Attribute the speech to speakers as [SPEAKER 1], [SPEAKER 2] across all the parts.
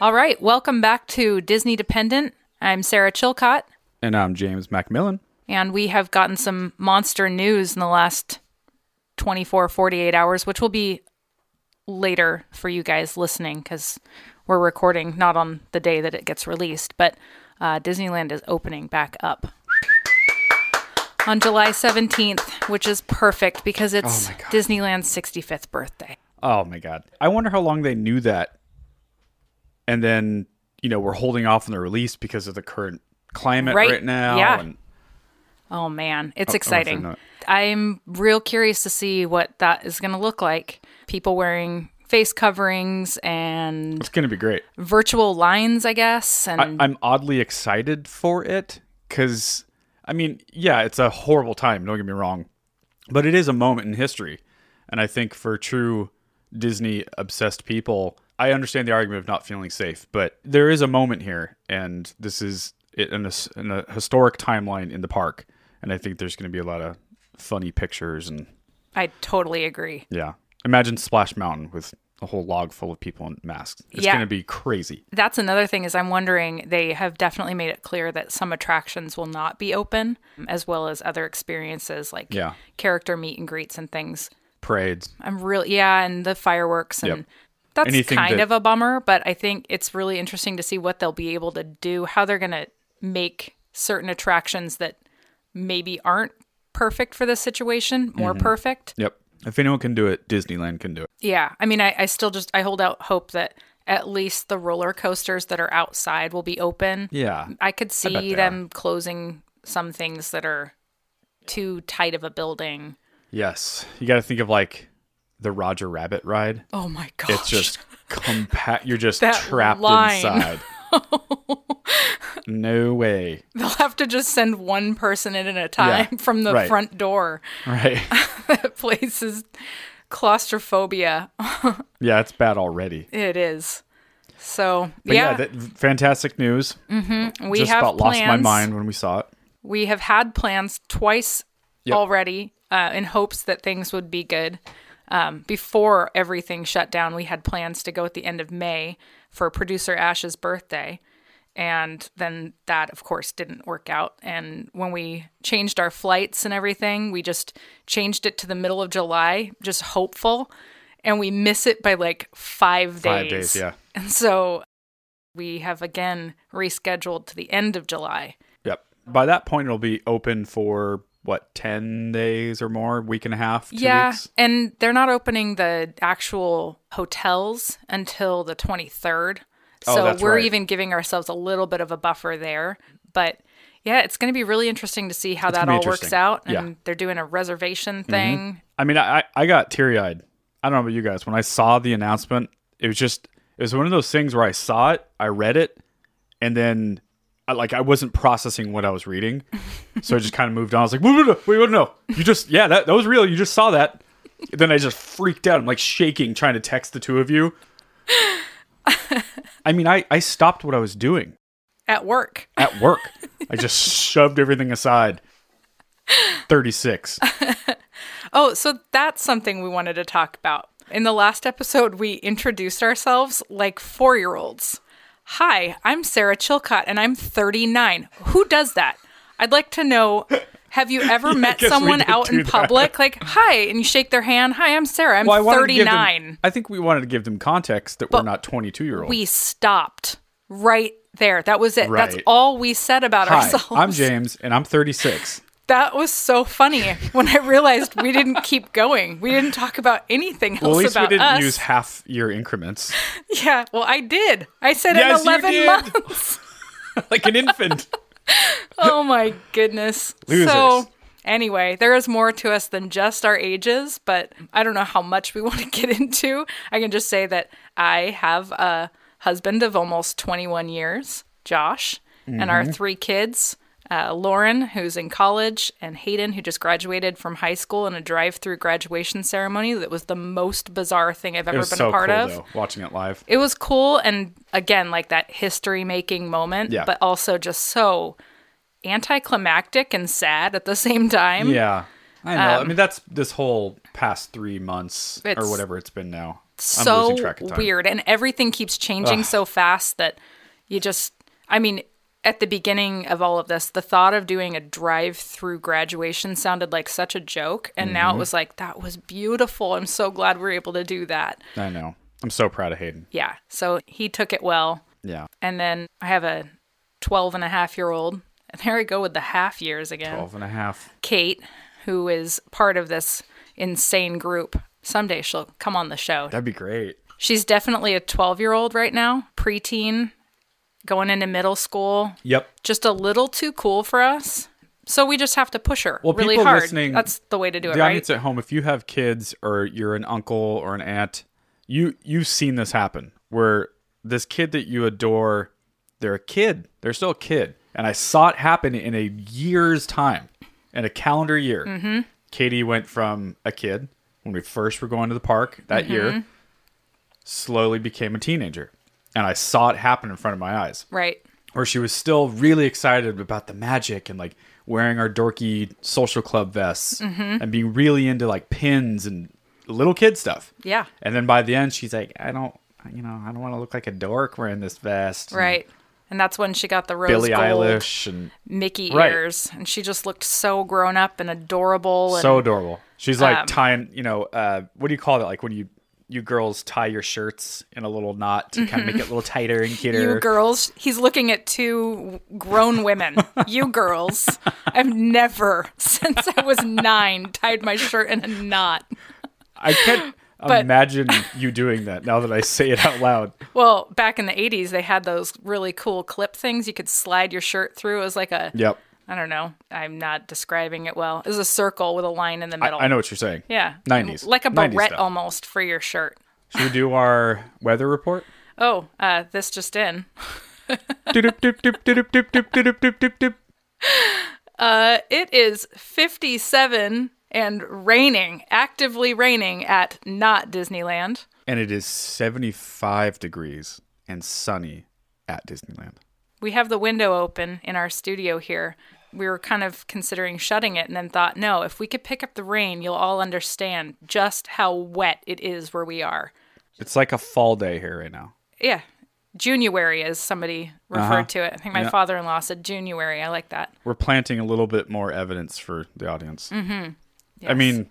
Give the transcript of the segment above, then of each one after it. [SPEAKER 1] All right, welcome back to Disney Dependent. I'm Sarah Chilcott,
[SPEAKER 2] And I'm James Macmillan.
[SPEAKER 1] and we have gotten some monster news in the last 24, 48 hours, which will be later for you guys listening because we're recording not on the day that it gets released, but uh, Disneyland is opening back up. On July 17th, which is perfect because it's Disneyland's 65th birthday.
[SPEAKER 2] Oh my god. I wonder how long they knew that. And then, you know, we're holding off on the release because of the current climate
[SPEAKER 1] Right.
[SPEAKER 2] right, now.
[SPEAKER 1] Yeah.
[SPEAKER 2] And
[SPEAKER 1] Oh man, it's
[SPEAKER 2] I wanna say
[SPEAKER 1] exciting.
[SPEAKER 2] not.
[SPEAKER 1] I'm real curious to see what that is going to look like. People wearing face coverings and
[SPEAKER 2] it's gonna be great.
[SPEAKER 1] virtual lines, I guess.
[SPEAKER 2] I,
[SPEAKER 1] And
[SPEAKER 2] I'm oddly excited for it because I mean, yeah, it's a horrible time, don't get me wrong. But it is a moment in history. And I think for true Disney obsessed people, I understand the argument of not feeling safe, but there is a moment here, and this is it in a, s- in a historic timeline in the park. And I think there's going to be a lot of funny pictures and
[SPEAKER 1] I, totally agree.
[SPEAKER 2] yeah. Imagine Splash Mountain with a whole log full of people in masks. It's
[SPEAKER 1] Yeah.
[SPEAKER 2] going to be crazy.
[SPEAKER 1] That's another thing is I'm wondering they have definitely made it clear that some attractions will not be open as well as other experiences like
[SPEAKER 2] Yeah.
[SPEAKER 1] character meet and greets and things.
[SPEAKER 2] Parades.
[SPEAKER 1] I'm real yeah, and the fireworks and
[SPEAKER 2] Yep.
[SPEAKER 1] that's
[SPEAKER 2] Anything
[SPEAKER 1] kind
[SPEAKER 2] that-
[SPEAKER 1] of a bummer, but I think it's really interesting to see what they'll be able to do, how they're gonna make certain attractions that maybe aren't perfect for this situation more
[SPEAKER 2] Mm-hmm.
[SPEAKER 1] perfect.
[SPEAKER 2] Yep. If anyone can do it, Disneyland can do it.
[SPEAKER 1] Yeah. I mean I, I still just I hold out hope that at least the roller coasters that are outside will be open.
[SPEAKER 2] Yeah.
[SPEAKER 1] I could see
[SPEAKER 2] they
[SPEAKER 1] them closing some things that are too tight of a building.
[SPEAKER 2] Yes. You got to think of like the Roger Rabbit ride.
[SPEAKER 1] Oh my gosh.
[SPEAKER 2] It's just compact. You're just
[SPEAKER 1] That
[SPEAKER 2] trapped
[SPEAKER 1] line.
[SPEAKER 2] inside. no way.
[SPEAKER 1] They'll have to just send one person in at a time
[SPEAKER 2] Yeah,
[SPEAKER 1] from the
[SPEAKER 2] right.
[SPEAKER 1] front door.
[SPEAKER 2] Right.
[SPEAKER 1] That place is claustrophobia.
[SPEAKER 2] Yeah, it's bad already.
[SPEAKER 1] It is. So
[SPEAKER 2] But yeah,
[SPEAKER 1] yeah,
[SPEAKER 2] that, fantastic news.
[SPEAKER 1] we
[SPEAKER 2] just
[SPEAKER 1] have
[SPEAKER 2] about
[SPEAKER 1] plans.
[SPEAKER 2] lost my mind when we saw it.
[SPEAKER 1] We have had plans twice
[SPEAKER 2] Yep.
[SPEAKER 1] already uh, in hopes that things would be good. Um, before everything shut down, we had plans to go at the end of May for producer Ash's birthday. And then that, of course, didn't work out. And when we changed our flights and everything, we just changed it to the middle of July, just hopeful. And we miss it by like five days.
[SPEAKER 2] Five days, yeah.
[SPEAKER 1] And so we have again rescheduled to the end of July.
[SPEAKER 2] Yep. By that point, it'll be open for what, 10 days or more, week and a half, two
[SPEAKER 1] yeah,
[SPEAKER 2] weeks?
[SPEAKER 1] and they're not opening the actual hotels until the 23rd.
[SPEAKER 2] Oh,
[SPEAKER 1] So
[SPEAKER 2] that's
[SPEAKER 1] we're
[SPEAKER 2] right.
[SPEAKER 1] even giving ourselves a little bit of a buffer there. But yeah, it's going to be really interesting to see how that
[SPEAKER 2] gonna be
[SPEAKER 1] all works
[SPEAKER 2] interesting.
[SPEAKER 1] out. And
[SPEAKER 2] Yeah. Mm-hmm.
[SPEAKER 1] they're doing a reservation thing.
[SPEAKER 2] I mean, I, I- I got teary eyed. I don't know about you guys. When I saw the announcement, it was just, it was one of those things where I saw it, I read it, and then I, like I wasn't processing what I was reading. So I just kind of moved on. I was like, wait, wait, wait, wait, wait, no. You just, yeah, that, that was real. You just saw that. Then I just freaked out. I'm like shaking, trying to text the two of you. I mean, I, I stopped what I was doing
[SPEAKER 1] At work,
[SPEAKER 2] at work. I just shoved everything aside. 36.
[SPEAKER 1] Oh, so that's something we wanted to talk about. In the last episode, we introduced ourselves like four year olds. Hi, I'm Sarah Chilcott and I'm 39. Who does that? I'd like to know have you ever met
[SPEAKER 2] guess we
[SPEAKER 1] someone
[SPEAKER 2] did
[SPEAKER 1] out in
[SPEAKER 2] do that.
[SPEAKER 1] public? Like, hi, and you shake their hand. Hi, I'm Sarah. I'm
[SPEAKER 2] Well, I wanted to give them-
[SPEAKER 1] 39.
[SPEAKER 2] I think we wanted to give them context that we're not 22 year olds.
[SPEAKER 1] We stopped right there. That was it. That's
[SPEAKER 2] Right.
[SPEAKER 1] all we said about
[SPEAKER 2] Hi,
[SPEAKER 1] ourselves.
[SPEAKER 2] I'm James, and I'm 36.
[SPEAKER 1] that was so funny when I realized we didn't keep going. We didn't talk about anything else
[SPEAKER 2] Well, at least we
[SPEAKER 1] about
[SPEAKER 2] didn't
[SPEAKER 1] us.
[SPEAKER 2] use half year increments,
[SPEAKER 1] Yeah, well, I did. I said
[SPEAKER 2] Yes,
[SPEAKER 1] in
[SPEAKER 2] you
[SPEAKER 1] 11
[SPEAKER 2] did.
[SPEAKER 1] months.
[SPEAKER 2] like an infant.
[SPEAKER 1] Oh my goodness. So,
[SPEAKER 2] Losers.
[SPEAKER 1] anyway, there is more to us than just our ages, but I don't know how much we want to get into. I can just say that I have a husband of almost 21 years, Josh, and our
[SPEAKER 2] Mm-hmm.
[SPEAKER 1] three kids. Uh, Lauren, who's in college, and Hayden, who just graduated from high school in a drive-through graduation ceremony that was the most bizarre thing I've ever
[SPEAKER 2] It was
[SPEAKER 1] been
[SPEAKER 2] so
[SPEAKER 1] a part
[SPEAKER 2] cool,
[SPEAKER 1] of.
[SPEAKER 2] though, watching it live.
[SPEAKER 1] it was cool and again like that history making moment
[SPEAKER 2] Yeah.
[SPEAKER 1] but also just so anticlimactic and sad at the same time
[SPEAKER 2] yeah, I know. I mean, that's this whole past three months
[SPEAKER 1] Um, It's-
[SPEAKER 2] or whatever it's been now.
[SPEAKER 1] so
[SPEAKER 2] losing track of time.
[SPEAKER 1] weird and everything keeps changing so fast that you just I mean at the beginning of all of this the thought of doing a drive-through graduation sounded like such a joke and
[SPEAKER 2] Mm-hmm.
[SPEAKER 1] now it was like that was beautiful. I'm so glad we are able to do that.
[SPEAKER 2] I know. I'm so proud of Hayden.
[SPEAKER 1] Yeah. So he took it well.
[SPEAKER 2] Yeah.
[SPEAKER 1] And then I have a 12 and a half year old. And there we go with the half years again.
[SPEAKER 2] 12 and a half.
[SPEAKER 1] Kate, who is part of this insane group. Someday she'll come on the show.
[SPEAKER 2] That'd be great.
[SPEAKER 1] She's definitely a 12 year old right now, preteen, going into middle school.
[SPEAKER 2] Yep.
[SPEAKER 1] Just a little too cool for us. So we just have to push her
[SPEAKER 2] Well,
[SPEAKER 1] really
[SPEAKER 2] people
[SPEAKER 1] hard.
[SPEAKER 2] listening-
[SPEAKER 1] That's the way to do it,
[SPEAKER 2] The
[SPEAKER 1] right?
[SPEAKER 2] audience at home, if you have kids or you're an uncle or an aunt, you you've seen this happen where this kid that you adore, they're a kid. They're still a kid. And I saw it happen in a year's time, in a calendar year.
[SPEAKER 1] Mm-hmm.
[SPEAKER 2] Katie went from a kid when we first were going to the park that
[SPEAKER 1] Mm-hmm.
[SPEAKER 2] year, slowly became a teenager. And I saw it happen in front of my eyes
[SPEAKER 1] Right.
[SPEAKER 2] where she was still really excited about the magic and like wearing our dorky social club vests
[SPEAKER 1] Mm-hmm.
[SPEAKER 2] and being really into like pins and little kid stuff.
[SPEAKER 1] Yeah.
[SPEAKER 2] And then by the end, she's like, I don't, you know, I don't want to look like a dork wearing this vest. and
[SPEAKER 1] Right. And that's when she got the rose
[SPEAKER 2] Billie
[SPEAKER 1] gold
[SPEAKER 2] Eilish and
[SPEAKER 1] Mickey
[SPEAKER 2] Right.
[SPEAKER 1] ears. And she just looked so grown up and adorable. And
[SPEAKER 2] so adorable. She's like
[SPEAKER 1] um,
[SPEAKER 2] tying, you know, uh, what do you call it? Like when you, you girls tie your shirts in a little knot to kind of make it a little tighter and cuter.
[SPEAKER 1] Mm-hmm. You girls, he's looking at two grown women. you girls, I've never since I was nine tied my shirt in a knot.
[SPEAKER 2] I can't imagine you doing that now that I say it out loud.
[SPEAKER 1] Well, back in the 80s, they had those really cool clip things you could slide your shirt through. It was like a,
[SPEAKER 2] Yep.
[SPEAKER 1] I don't know, I'm not describing it well. It was a circle with a line in the
[SPEAKER 2] I,
[SPEAKER 1] middle.
[SPEAKER 2] I know what you're saying.
[SPEAKER 1] Yeah.
[SPEAKER 2] 90s.
[SPEAKER 1] Like a
[SPEAKER 2] 90s
[SPEAKER 1] barrette
[SPEAKER 2] stuff.
[SPEAKER 1] almost for your shirt.
[SPEAKER 2] Should we do our weather report?
[SPEAKER 1] Oh, uh, this just in.
[SPEAKER 2] Doop, doop, doop, doop, doop, doop, doop, doop, doop, doop.
[SPEAKER 1] It is 57 and raining, actively raining at not Disneyland.
[SPEAKER 2] And it is 75 degrees and sunny at Disneyland.
[SPEAKER 1] we have the window open in our studio here. We were kind of considering shutting it and then thought, no, if we could pick up the rain, you'll all understand just how wet it is where we are.
[SPEAKER 2] It's like a fall day here right now.
[SPEAKER 1] Yeah. January, as somebody referred to it. I think my
[SPEAKER 2] Uh-huh. Yeah.
[SPEAKER 1] father in law said January. I like that.
[SPEAKER 2] We're planting a little bit more evidence for the audience. I
[SPEAKER 1] Mm-hmm. Yes.
[SPEAKER 2] mean,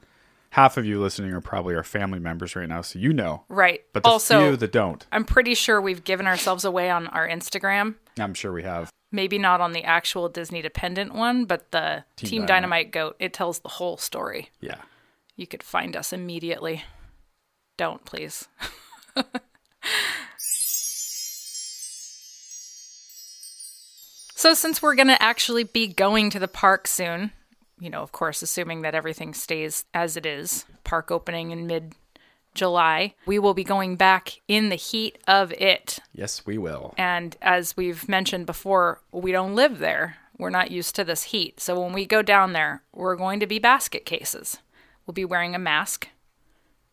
[SPEAKER 2] half of you listening are probably our family members right now, so you know.
[SPEAKER 1] right.
[SPEAKER 2] But the
[SPEAKER 1] also,
[SPEAKER 2] few that don't,
[SPEAKER 1] I'm pretty sure we've given ourselves away on our Instagram.
[SPEAKER 2] I'm sure we have.
[SPEAKER 1] Maybe not on the actual Disney dependent one, but the Team,
[SPEAKER 2] Dynamite.
[SPEAKER 1] Dynamite Goat, it tells the whole story.
[SPEAKER 2] Yeah.
[SPEAKER 1] you could find us immediately. Don't, please. so, since we're going to actually be going to the park soon, you know, of course, assuming that everything stays as it is, park opening in mid July, we will be going back in the heat of it.
[SPEAKER 2] Yes, we will.
[SPEAKER 1] And as we've mentioned before, we don't live there. We're not used to this heat. So when we go down there, we're going to be basket cases. We'll be wearing a mask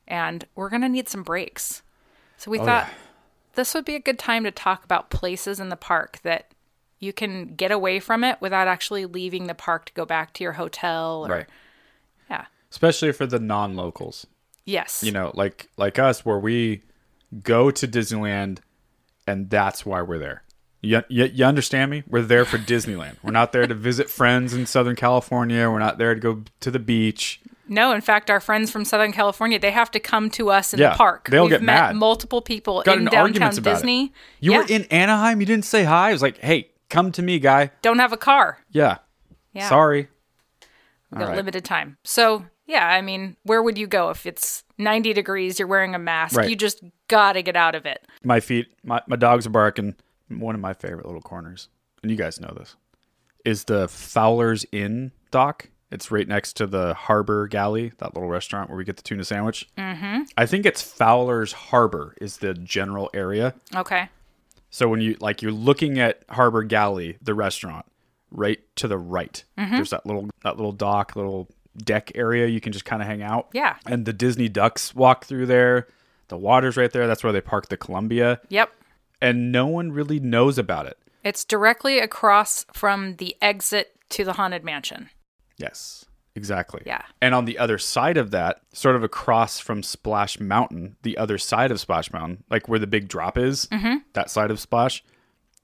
[SPEAKER 1] and we're going to need some breaks. So
[SPEAKER 2] Oh,
[SPEAKER 1] we thought this would be a good time to talk about places in the park that you can get away from it without actually leaving the park to go back to your hotel. Or,
[SPEAKER 2] Right.
[SPEAKER 1] Yeah.
[SPEAKER 2] Especially for the non locals.
[SPEAKER 1] Yes.
[SPEAKER 2] you know like like us where we go to disneyland and that's why we're there you, you, you understand me we're there for disneyland we're not there to visit friends in southern california we're not there to go to the beach
[SPEAKER 1] No, in fact, our friends from Southern California, they have to come to us in
[SPEAKER 2] Yeah,
[SPEAKER 1] the park.
[SPEAKER 2] they'll
[SPEAKER 1] We've
[SPEAKER 2] get
[SPEAKER 1] met
[SPEAKER 2] mad.
[SPEAKER 1] multiple people
[SPEAKER 2] got
[SPEAKER 1] in
[SPEAKER 2] in
[SPEAKER 1] downtown
[SPEAKER 2] arguments about
[SPEAKER 1] Disney.
[SPEAKER 2] it you
[SPEAKER 1] yeah,
[SPEAKER 2] were in anaheim you didn't say hi i was like hey come to me guy
[SPEAKER 1] don't have a car.
[SPEAKER 2] yeah,
[SPEAKER 1] Yeah.
[SPEAKER 2] sorry
[SPEAKER 1] We've got
[SPEAKER 2] right.
[SPEAKER 1] limited time. So, yeah, I mean, where would you go if it's 90 degrees, you're wearing a mask,
[SPEAKER 2] Right.
[SPEAKER 1] you just got to get out of it.
[SPEAKER 2] my feet my, my dogs are barking one of my favorite little corners and you guys know this is the fowler's inn dock it's right next to the harbor galley that little restaurant where we get the tuna sandwich mm-hmm. i think it's fowler's harbor is the general area
[SPEAKER 1] Okay.
[SPEAKER 2] so when you like you're looking at harbor galley the restaurant right to the right there's that little that little dock little deck area you can just kind of hang out
[SPEAKER 1] Yeah.
[SPEAKER 2] and the disney ducks walk through there the water's right there that's where they park the columbia
[SPEAKER 1] Yep.
[SPEAKER 2] and no one really knows about it.
[SPEAKER 1] It's directly across from the exit to the Haunted Mansion.
[SPEAKER 2] Yes. Exactly.
[SPEAKER 1] Yeah.
[SPEAKER 2] And on the other side of that, sort of across from Splash Mountain, the other side of Splash Mountain, like where the big drop is,
[SPEAKER 1] Mm-hmm.
[SPEAKER 2] that side of Splash,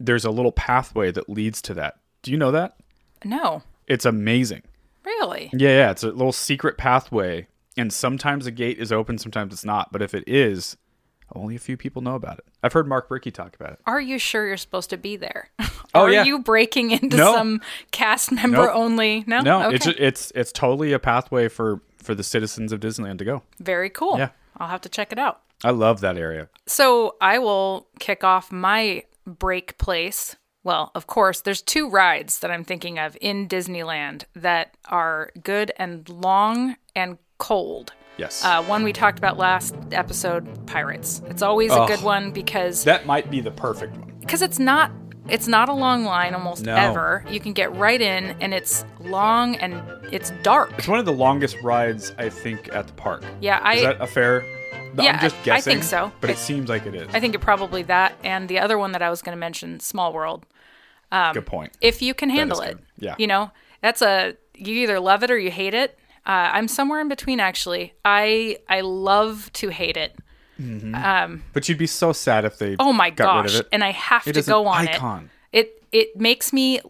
[SPEAKER 2] there's a little pathway that leads to that. Do you know that?
[SPEAKER 1] No,
[SPEAKER 2] It's amazing.
[SPEAKER 1] really.
[SPEAKER 2] Yeah, yeah. It's a little secret pathway. And sometimes a gate is open, sometimes it's not. But if it is, only a few people know about it. I've heard Mark Rickey talk about it.
[SPEAKER 1] Are you sure you're supposed to be there?
[SPEAKER 2] Oh,
[SPEAKER 1] Are
[SPEAKER 2] yeah.
[SPEAKER 1] you breaking into
[SPEAKER 2] No.
[SPEAKER 1] some cast member
[SPEAKER 2] Nope.
[SPEAKER 1] only? No.
[SPEAKER 2] No,
[SPEAKER 1] Okay.
[SPEAKER 2] it's it's it's totally a pathway for for the citizens of Disneyland to go.
[SPEAKER 1] Very cool.
[SPEAKER 2] Yeah.
[SPEAKER 1] I'll have to check it out.
[SPEAKER 2] I love that area.
[SPEAKER 1] So I will kick off my break place. Well, of course, there's two rides that I'm thinking of in Disneyland that are good and long and cold.
[SPEAKER 2] Yes.
[SPEAKER 1] Uh, one we talked about last episode, Pirates. It's always a good one because
[SPEAKER 2] that might be the perfect one.
[SPEAKER 1] because it's not it's not a long line almost
[SPEAKER 2] No.
[SPEAKER 1] ever. You can get right in and it's long and it's dark.
[SPEAKER 2] It's one of the longest rides I think at the park.
[SPEAKER 1] Yeah, I
[SPEAKER 2] Is that a fair?
[SPEAKER 1] Yeah,
[SPEAKER 2] I'm just
[SPEAKER 1] I- I
[SPEAKER 2] guessing.
[SPEAKER 1] think so.
[SPEAKER 2] But
[SPEAKER 1] I-
[SPEAKER 2] it seems like it is.
[SPEAKER 1] I think it probably that and the other one that I was going to mention, Small World.
[SPEAKER 2] Good point.
[SPEAKER 1] if you can handle
[SPEAKER 2] is
[SPEAKER 1] Um, it.
[SPEAKER 2] good. Yeah.
[SPEAKER 1] You know, that's a you either love it or you hate it. Uh, I'm somewhere in between actually. I I love to hate it.
[SPEAKER 2] But you'd be so sad if they
[SPEAKER 1] Oh my
[SPEAKER 2] got
[SPEAKER 1] gosh.
[SPEAKER 2] rid of it.
[SPEAKER 1] And I have
[SPEAKER 2] It
[SPEAKER 1] to
[SPEAKER 2] is
[SPEAKER 1] go
[SPEAKER 2] an
[SPEAKER 1] on
[SPEAKER 2] icon.
[SPEAKER 1] it. It it makes me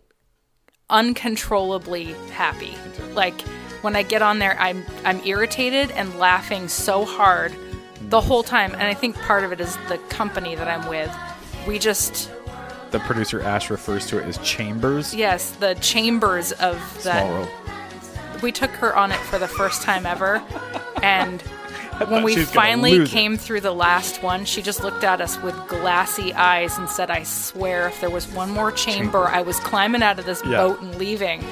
[SPEAKER 1] uncontrollably happy. Like when I get on there I'm I'm irritated and laughing so hard the whole time and I think part of it is the company that I'm with. We just
[SPEAKER 2] the producer Ash refers to it as chambers.
[SPEAKER 1] yes, the chambers of that
[SPEAKER 2] Small world.
[SPEAKER 1] we took her on it for the first time ever and when
[SPEAKER 2] she
[SPEAKER 1] we
[SPEAKER 2] was Uh, gonna
[SPEAKER 1] finally
[SPEAKER 2] lose it.
[SPEAKER 1] came through the last one she just looked at us with glassy eyes and said i swear if there was one more chamber i was climbing out of this
[SPEAKER 2] Yeah.
[SPEAKER 1] boat and leaving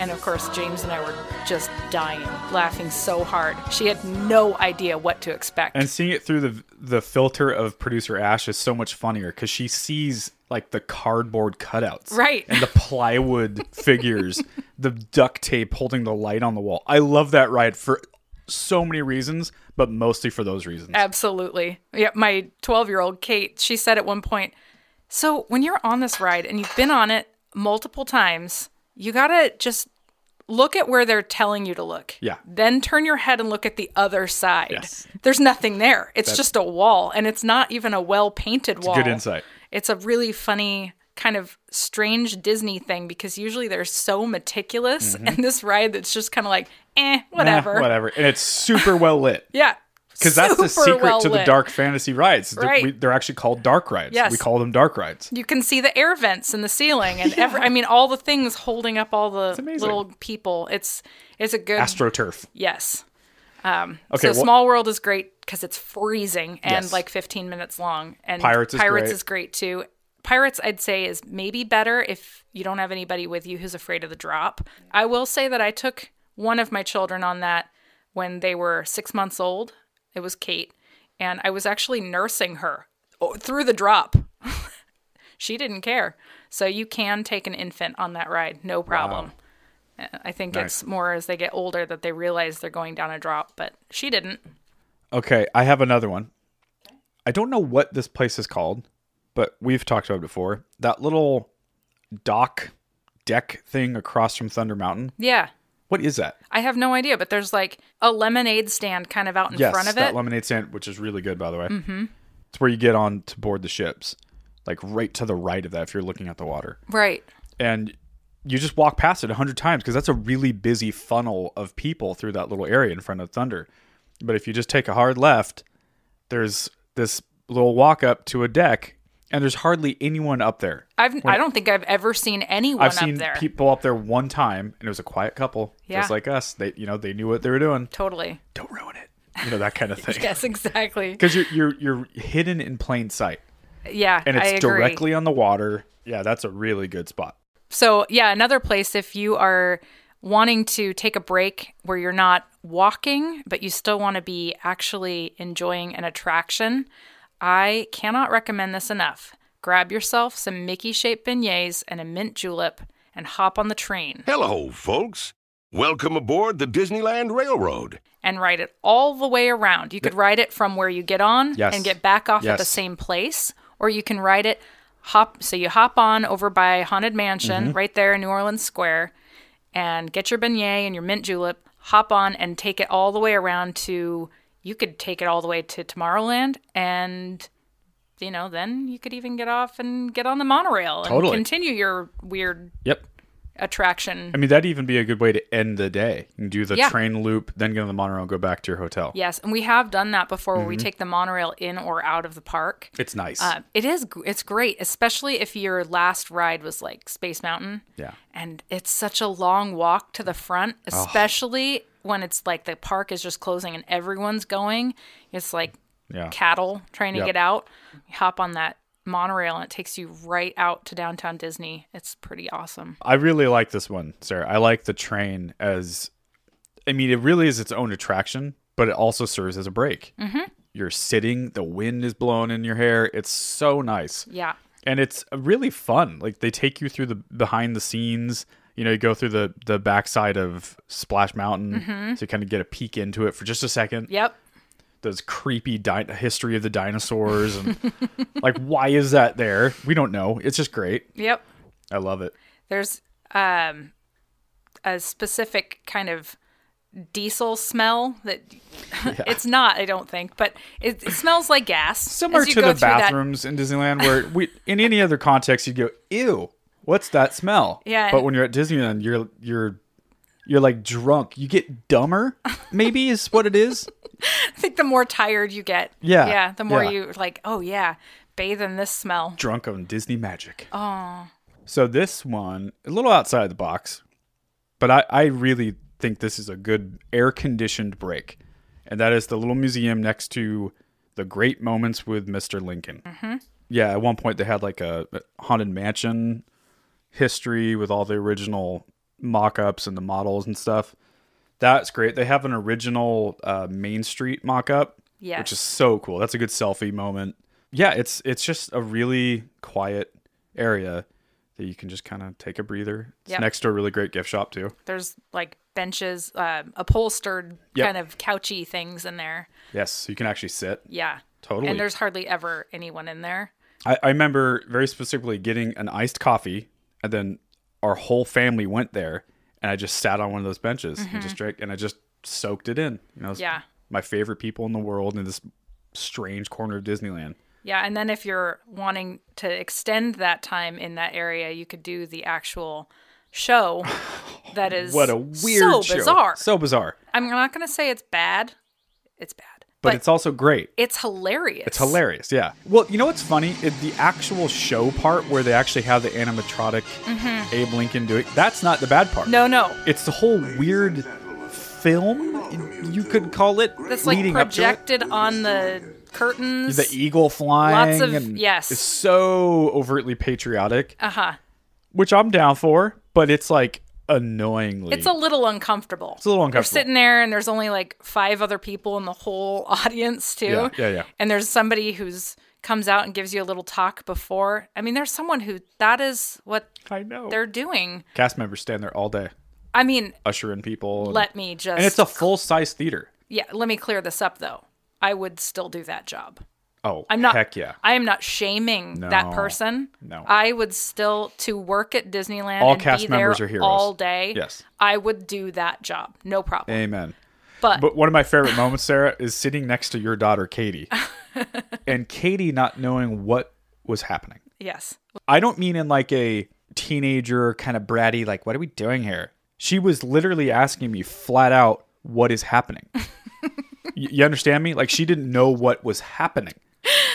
[SPEAKER 1] and of course james and i were just dying laughing so hard she had no idea what to expect
[SPEAKER 2] And seeing it through the the filter of producer Ash is so much funnier because she sees like the cardboard cutouts,
[SPEAKER 1] Right.
[SPEAKER 2] and the plywood figures, the duct tape holding the light on the wall. I love that ride for so many reasons, but mostly for those reasons.
[SPEAKER 1] Absolutely. Yeah, my 12 year old Kate, she said at one point, So when you're on this ride and you've been on it multiple times, you got to just look at where they're telling you to look.
[SPEAKER 2] Yeah.
[SPEAKER 1] Then turn your head and look at the other side.
[SPEAKER 2] Yes.
[SPEAKER 1] There's nothing there. It's just a wall, and it's not even a well painted wall.
[SPEAKER 2] good insight.
[SPEAKER 1] It's a really funny kind of strange Disney thing because usually they're so meticulous, and this ride that's just kind of like, eh,
[SPEAKER 2] Mm-hmm. Eh,
[SPEAKER 1] whatever.
[SPEAKER 2] whatever, and it's super well lit.
[SPEAKER 1] Yeah.
[SPEAKER 2] Because that's the
[SPEAKER 1] Super
[SPEAKER 2] secret to the
[SPEAKER 1] well-lit.
[SPEAKER 2] dark fantasy rides. is that
[SPEAKER 1] Right.
[SPEAKER 2] we- they're actually called dark rides.
[SPEAKER 1] Yes.
[SPEAKER 2] We call them dark rides.
[SPEAKER 1] you can see the air vents in the ceiling and every I mean all the things holding up all the
[SPEAKER 2] amazing.
[SPEAKER 1] little people. It's it's a good
[SPEAKER 2] AstroTurf.
[SPEAKER 1] yes.
[SPEAKER 2] Okay,
[SPEAKER 1] so
[SPEAKER 2] well,
[SPEAKER 1] Small World is great because it's freezing and
[SPEAKER 2] Yes.
[SPEAKER 1] like 15 minutes long. And
[SPEAKER 2] Pirates is
[SPEAKER 1] Pirates
[SPEAKER 2] great.
[SPEAKER 1] is great too. Pirates, I'd say, is maybe better if you don't have anybody with you who's afraid of the drop. I will say that I took one of my children on that when they were six months old. It was Kate, and I was actually nursing her oh, through the drop. she didn't care. So you can take an infant on that ride, no problem. I think
[SPEAKER 2] Nice.
[SPEAKER 1] it's more as they get older that they realize they're going down a drop, but she didn't.
[SPEAKER 2] okay, I have another one. I don't know what this place is called, but we've talked about it before. That little dock deck thing across from Thunder Mountain.
[SPEAKER 1] Yeah.
[SPEAKER 2] What is that?
[SPEAKER 1] I have no idea, but there's like a lemonade stand kind of out in
[SPEAKER 2] yes,
[SPEAKER 1] front of
[SPEAKER 2] that
[SPEAKER 1] it.
[SPEAKER 2] lemonade stand, which is really good, by the way. Mm-hmm. It's where you get on to board the ships, like right to the right of that if you're looking at the water.
[SPEAKER 1] right.
[SPEAKER 2] and you just walk past it a hundred times because that's a really busy funnel of people through that little area in front of Thunder. But if you just take a hard left, there's this little walk up to a deck, and there's hardly anyone up there.
[SPEAKER 1] I've I don't think I've ever seen anyone
[SPEAKER 2] I've seen
[SPEAKER 1] up there.
[SPEAKER 2] people up there one time, and it was a quiet couple,
[SPEAKER 1] Yeah.
[SPEAKER 2] just like us. They, you know, they knew what they were doing.
[SPEAKER 1] totally.
[SPEAKER 2] Don't ruin it, you know that kind of thing.
[SPEAKER 1] Yes, exactly.
[SPEAKER 2] Because you're you're you're hidden in plain sight,
[SPEAKER 1] Yeah,
[SPEAKER 2] and
[SPEAKER 1] I
[SPEAKER 2] it's
[SPEAKER 1] agree.
[SPEAKER 2] directly on the water. Yeah, that's a really good spot.
[SPEAKER 1] So, yeah, another place if you are wanting to take a break where you're not walking, but you still want to be actually enjoying an attraction, I cannot recommend this enough. Grab yourself some Mickey shaped beignets and a mint julep and hop on the train
[SPEAKER 3] Hello, folks. Welcome aboard the Disneyland Railroad.
[SPEAKER 1] and ride it all the way around. You could ride it from where you get on
[SPEAKER 2] Yes.
[SPEAKER 1] and get back off at the
[SPEAKER 2] Yes.
[SPEAKER 1] same place, or you can ride
[SPEAKER 2] Mm-hmm.
[SPEAKER 1] it hop so you hop on over by Haunted Mansion right there in New Orleans Square and get your beignet and your mint julep, hop on and take it all the way around to, you could take it all the way to Tomorrowland and. You know, then you could even get off and get on the monorail and
[SPEAKER 2] Totally.
[SPEAKER 1] continue your weird
[SPEAKER 2] Yep.
[SPEAKER 1] attraction.
[SPEAKER 2] I mean, that'd even be a good way to end the day. You can do the
[SPEAKER 1] Yeah.
[SPEAKER 2] train loop, then get on the monorail, and go back to your hotel.
[SPEAKER 1] Yes, and we have done that before. Where we
[SPEAKER 2] Mm-hmm.
[SPEAKER 1] take the monorail in or out of the park.
[SPEAKER 2] It's nice.
[SPEAKER 1] Uh, it is gr- it's great, especially if your last ride was like Space Mountain.
[SPEAKER 2] Yeah.
[SPEAKER 1] and it's such a long walk to the front, especially when it's like the park is just closing and everyone's going. It's like
[SPEAKER 2] yeah.
[SPEAKER 1] cattle trying to
[SPEAKER 2] Yep.
[SPEAKER 1] get out. You hop on that monorail and it takes you right out to downtown Disney. It's pretty awesome.
[SPEAKER 2] I really like this one, Sarah. I like the train as, I mean, it really is its own attraction, but it also serves as a break. Mm-hmm. You're sitting, the wind is blowing in your hair. It's so nice.
[SPEAKER 1] Yeah,
[SPEAKER 2] and it's really fun. Like they take you through the behind the scenes. You know, you go through the the backside of Splash Mountain to kind of get a peek into it for just a second.
[SPEAKER 1] yep.
[SPEAKER 2] Those creepy di- history of the dinosaurs and like why is that there? We don't know. It's just great.
[SPEAKER 1] Yep.
[SPEAKER 2] I love it.
[SPEAKER 1] there's um, a specific kind of diesel smell that it's not i don't think but it, it smells like gas
[SPEAKER 2] Similar
[SPEAKER 1] as you
[SPEAKER 2] to
[SPEAKER 1] go
[SPEAKER 2] the
[SPEAKER 1] through that-
[SPEAKER 2] bathrooms in Disneyland, where we in any other context you'd go, "Ew, what's that smell?"
[SPEAKER 1] Yeah,
[SPEAKER 2] But
[SPEAKER 1] and-
[SPEAKER 2] when you're at Disneyland, you're you're you're like drunk. You get dumber, maybe is what it is.
[SPEAKER 1] i think the more tired you get
[SPEAKER 2] Yeah,
[SPEAKER 1] yeah the more
[SPEAKER 2] yeah.
[SPEAKER 1] you like oh yeah bathe in this smell
[SPEAKER 2] drunk on Disney magic. Oh. So this one, a little outside the box, but I, I really think this is a good air conditioned break. And that is the little museum next to the great moments with Mr. Lincoln. Mm-hmm. Yeah, at one point they had like a haunted mansion history with all the original mock ups and the models and stuff. That's great. They have an original uh, Main Street mock up, which
[SPEAKER 1] Yes.
[SPEAKER 2] is so cool. That's a good selfie moment. Yeah, it's it's just a really quiet area that you can just kind of take a breather. It's
[SPEAKER 1] Yep.
[SPEAKER 2] next to a really great gift shop too.
[SPEAKER 1] there's like benches um, upholstered
[SPEAKER 2] Yep.
[SPEAKER 1] kind of couchy things in there
[SPEAKER 2] Yes, so you can actually sit.
[SPEAKER 1] yeah
[SPEAKER 2] Totally.
[SPEAKER 1] and there's hardly ever anyone in there
[SPEAKER 2] I, I remember very specifically getting an iced coffee, and then our whole family went there, and I just sat on one of those benches and just drank, and I just soaked it in. You know, it's
[SPEAKER 1] Mm-hmm. Yeah.
[SPEAKER 2] my favorite people in the world in this strange corner of Disneyland.
[SPEAKER 1] Yeah, and then if you're wanting to extend that time in that area, you could do the actual show that is
[SPEAKER 2] What a weird
[SPEAKER 1] so
[SPEAKER 2] show.
[SPEAKER 1] bizarre.
[SPEAKER 2] so bizarre,
[SPEAKER 1] I'm not going to say it's bad. It's bad.
[SPEAKER 2] but,
[SPEAKER 1] But,
[SPEAKER 2] it's also great.
[SPEAKER 1] it's hilarious.
[SPEAKER 2] It's hilarious, yeah. Well, you know what's funny? It, the actual show part where they actually have the animatronic
[SPEAKER 1] Mm-hmm.
[SPEAKER 2] Abe Lincoln do it. That's not the bad part.
[SPEAKER 1] No, no.
[SPEAKER 2] it's the whole weird film you could call it
[SPEAKER 1] That's like
[SPEAKER 2] leading up to it.
[SPEAKER 1] projected on the curtains.
[SPEAKER 2] the eagle flying.
[SPEAKER 1] Lots of-
[SPEAKER 2] and
[SPEAKER 1] yes.
[SPEAKER 2] It's so overtly patriotic,
[SPEAKER 1] uh-huh.
[SPEAKER 2] which I'm down for, but it's like annoyingly.
[SPEAKER 1] It's a little uncomfortable. It's
[SPEAKER 2] a little
[SPEAKER 1] You're
[SPEAKER 2] uncomfortable.
[SPEAKER 1] sitting there, and there's only like five other people in the whole audience too.
[SPEAKER 2] Yeah, yeah, yeah.
[SPEAKER 1] And there's somebody who's comes out and gives you a little talk before. I mean, there's someone who that is what
[SPEAKER 2] I know.
[SPEAKER 1] they're doing.
[SPEAKER 2] Cast members stand there all day,
[SPEAKER 1] I mean,
[SPEAKER 2] usher in people. and-
[SPEAKER 1] let me just
[SPEAKER 2] and it's a full size theater.
[SPEAKER 1] yeah. Let me clear this up though. I would still do that job.
[SPEAKER 2] Oh,
[SPEAKER 1] I'm not.
[SPEAKER 2] heck yeah.
[SPEAKER 1] I am not shaming
[SPEAKER 2] No,
[SPEAKER 1] that person.
[SPEAKER 2] no.
[SPEAKER 1] I would still to work at Disneyland.
[SPEAKER 2] All
[SPEAKER 1] and
[SPEAKER 2] cast
[SPEAKER 1] be there
[SPEAKER 2] members are heroes.
[SPEAKER 1] all day.
[SPEAKER 2] Yes.
[SPEAKER 1] I would do that job. No problem.
[SPEAKER 2] Amen.
[SPEAKER 1] but
[SPEAKER 2] But one of my favorite moments, Sarah, is sitting next to your daughter, Katie, and Katie not knowing what was happening.
[SPEAKER 1] yes.
[SPEAKER 2] I don't mean in like a teenager kind of bratty, like, what are we doing here? She was literally asking me flat out, what is happening? Y- you understand me? Like she didn't know what was happening.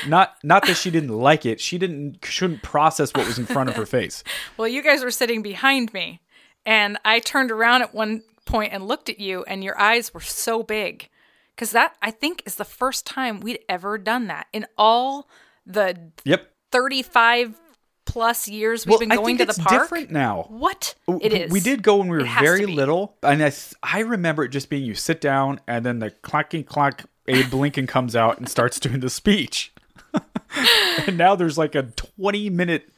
[SPEAKER 2] Not not that she didn't like it. She didn't shouldn't process what was in front of her face.
[SPEAKER 1] Well, you guys were sitting behind me, and I turned around at one point and looked at you, and your eyes were so big. Because that, I think, is the first time we'd ever done that in all the
[SPEAKER 2] Yep.
[SPEAKER 1] 35 plus years we've been
[SPEAKER 2] I
[SPEAKER 1] going
[SPEAKER 2] think
[SPEAKER 1] to the
[SPEAKER 2] it's
[SPEAKER 1] park.
[SPEAKER 2] different now.
[SPEAKER 1] What? It
[SPEAKER 2] W-
[SPEAKER 1] is.
[SPEAKER 2] We did go when we were
[SPEAKER 1] It has to
[SPEAKER 2] very
[SPEAKER 1] be.
[SPEAKER 2] little, and I th- I remember it just being you sit down and then the clacking clack. Abe Lincoln comes out and starts doing the speech, and now there's like a 20 minute